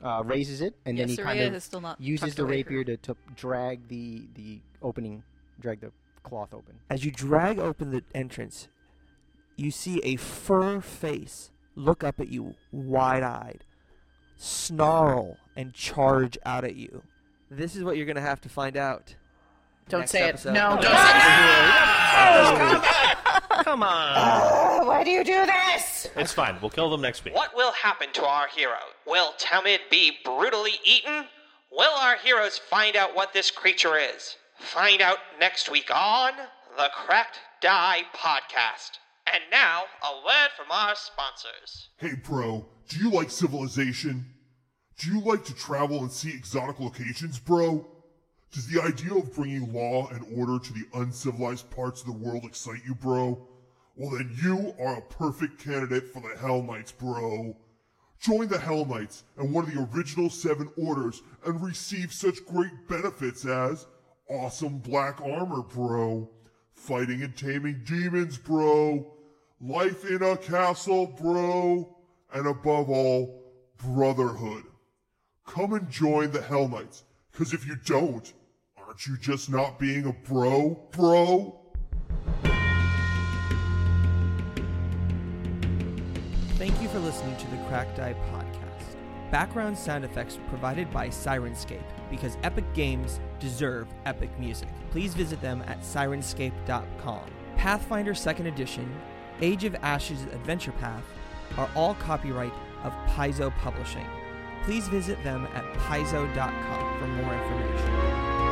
Speaker 5: uh, raises it, and then he kind of
Speaker 3: still not
Speaker 5: uses
Speaker 3: tucked
Speaker 5: the
Speaker 3: away
Speaker 5: rapier to, to drag the the opening, drag the cloth open.
Speaker 1: As you drag open the entrance, you see a fur face look up at you wide eyed, snarl, and charge out at you. This is what you're going to have to find out.
Speaker 6: Don't
Speaker 1: Next
Speaker 6: say
Speaker 1: episode.
Speaker 6: it. No.
Speaker 1: Don't
Speaker 6: don't
Speaker 1: say
Speaker 6: say it.
Speaker 7: Come
Speaker 5: Ah,
Speaker 7: on.
Speaker 6: Oh, why do you do this?
Speaker 8: It's fine. We'll kill them next week.
Speaker 10: What will happen to our hero? Will Temid be brutally eaten? Will our heroes find out what this creature is? Find out next week on the Cracked Die Podcast. And now, a word from our sponsors.
Speaker 11: Hey, bro, do you like civilization? Do you like to travel and see exotic locations, bro? Does the idea of bringing law and order to the uncivilized parts of the world excite you, bro? Well, then you are a perfect candidate for the Hell Knights, bro. Join the Hell Knights and one of the original seven orders and receive such great benefits as awesome black armor, bro. Fighting and taming demons, bro. Life in a castle, bro. And above all, brotherhood. Come and join the Hell Knights, because if you don't, aren't you just not being a bro, bro?
Speaker 12: Thank you for listening to the Cracked Eye Podcast. Background sound effects provided by Sirenscape because epic games deserve epic music. Please visit them at sirenscape.com. Pathfinder 2nd Edition, Age of Ashes Adventure Path are all copyright of Paizo Publishing. Please visit them at paizo.com for more information.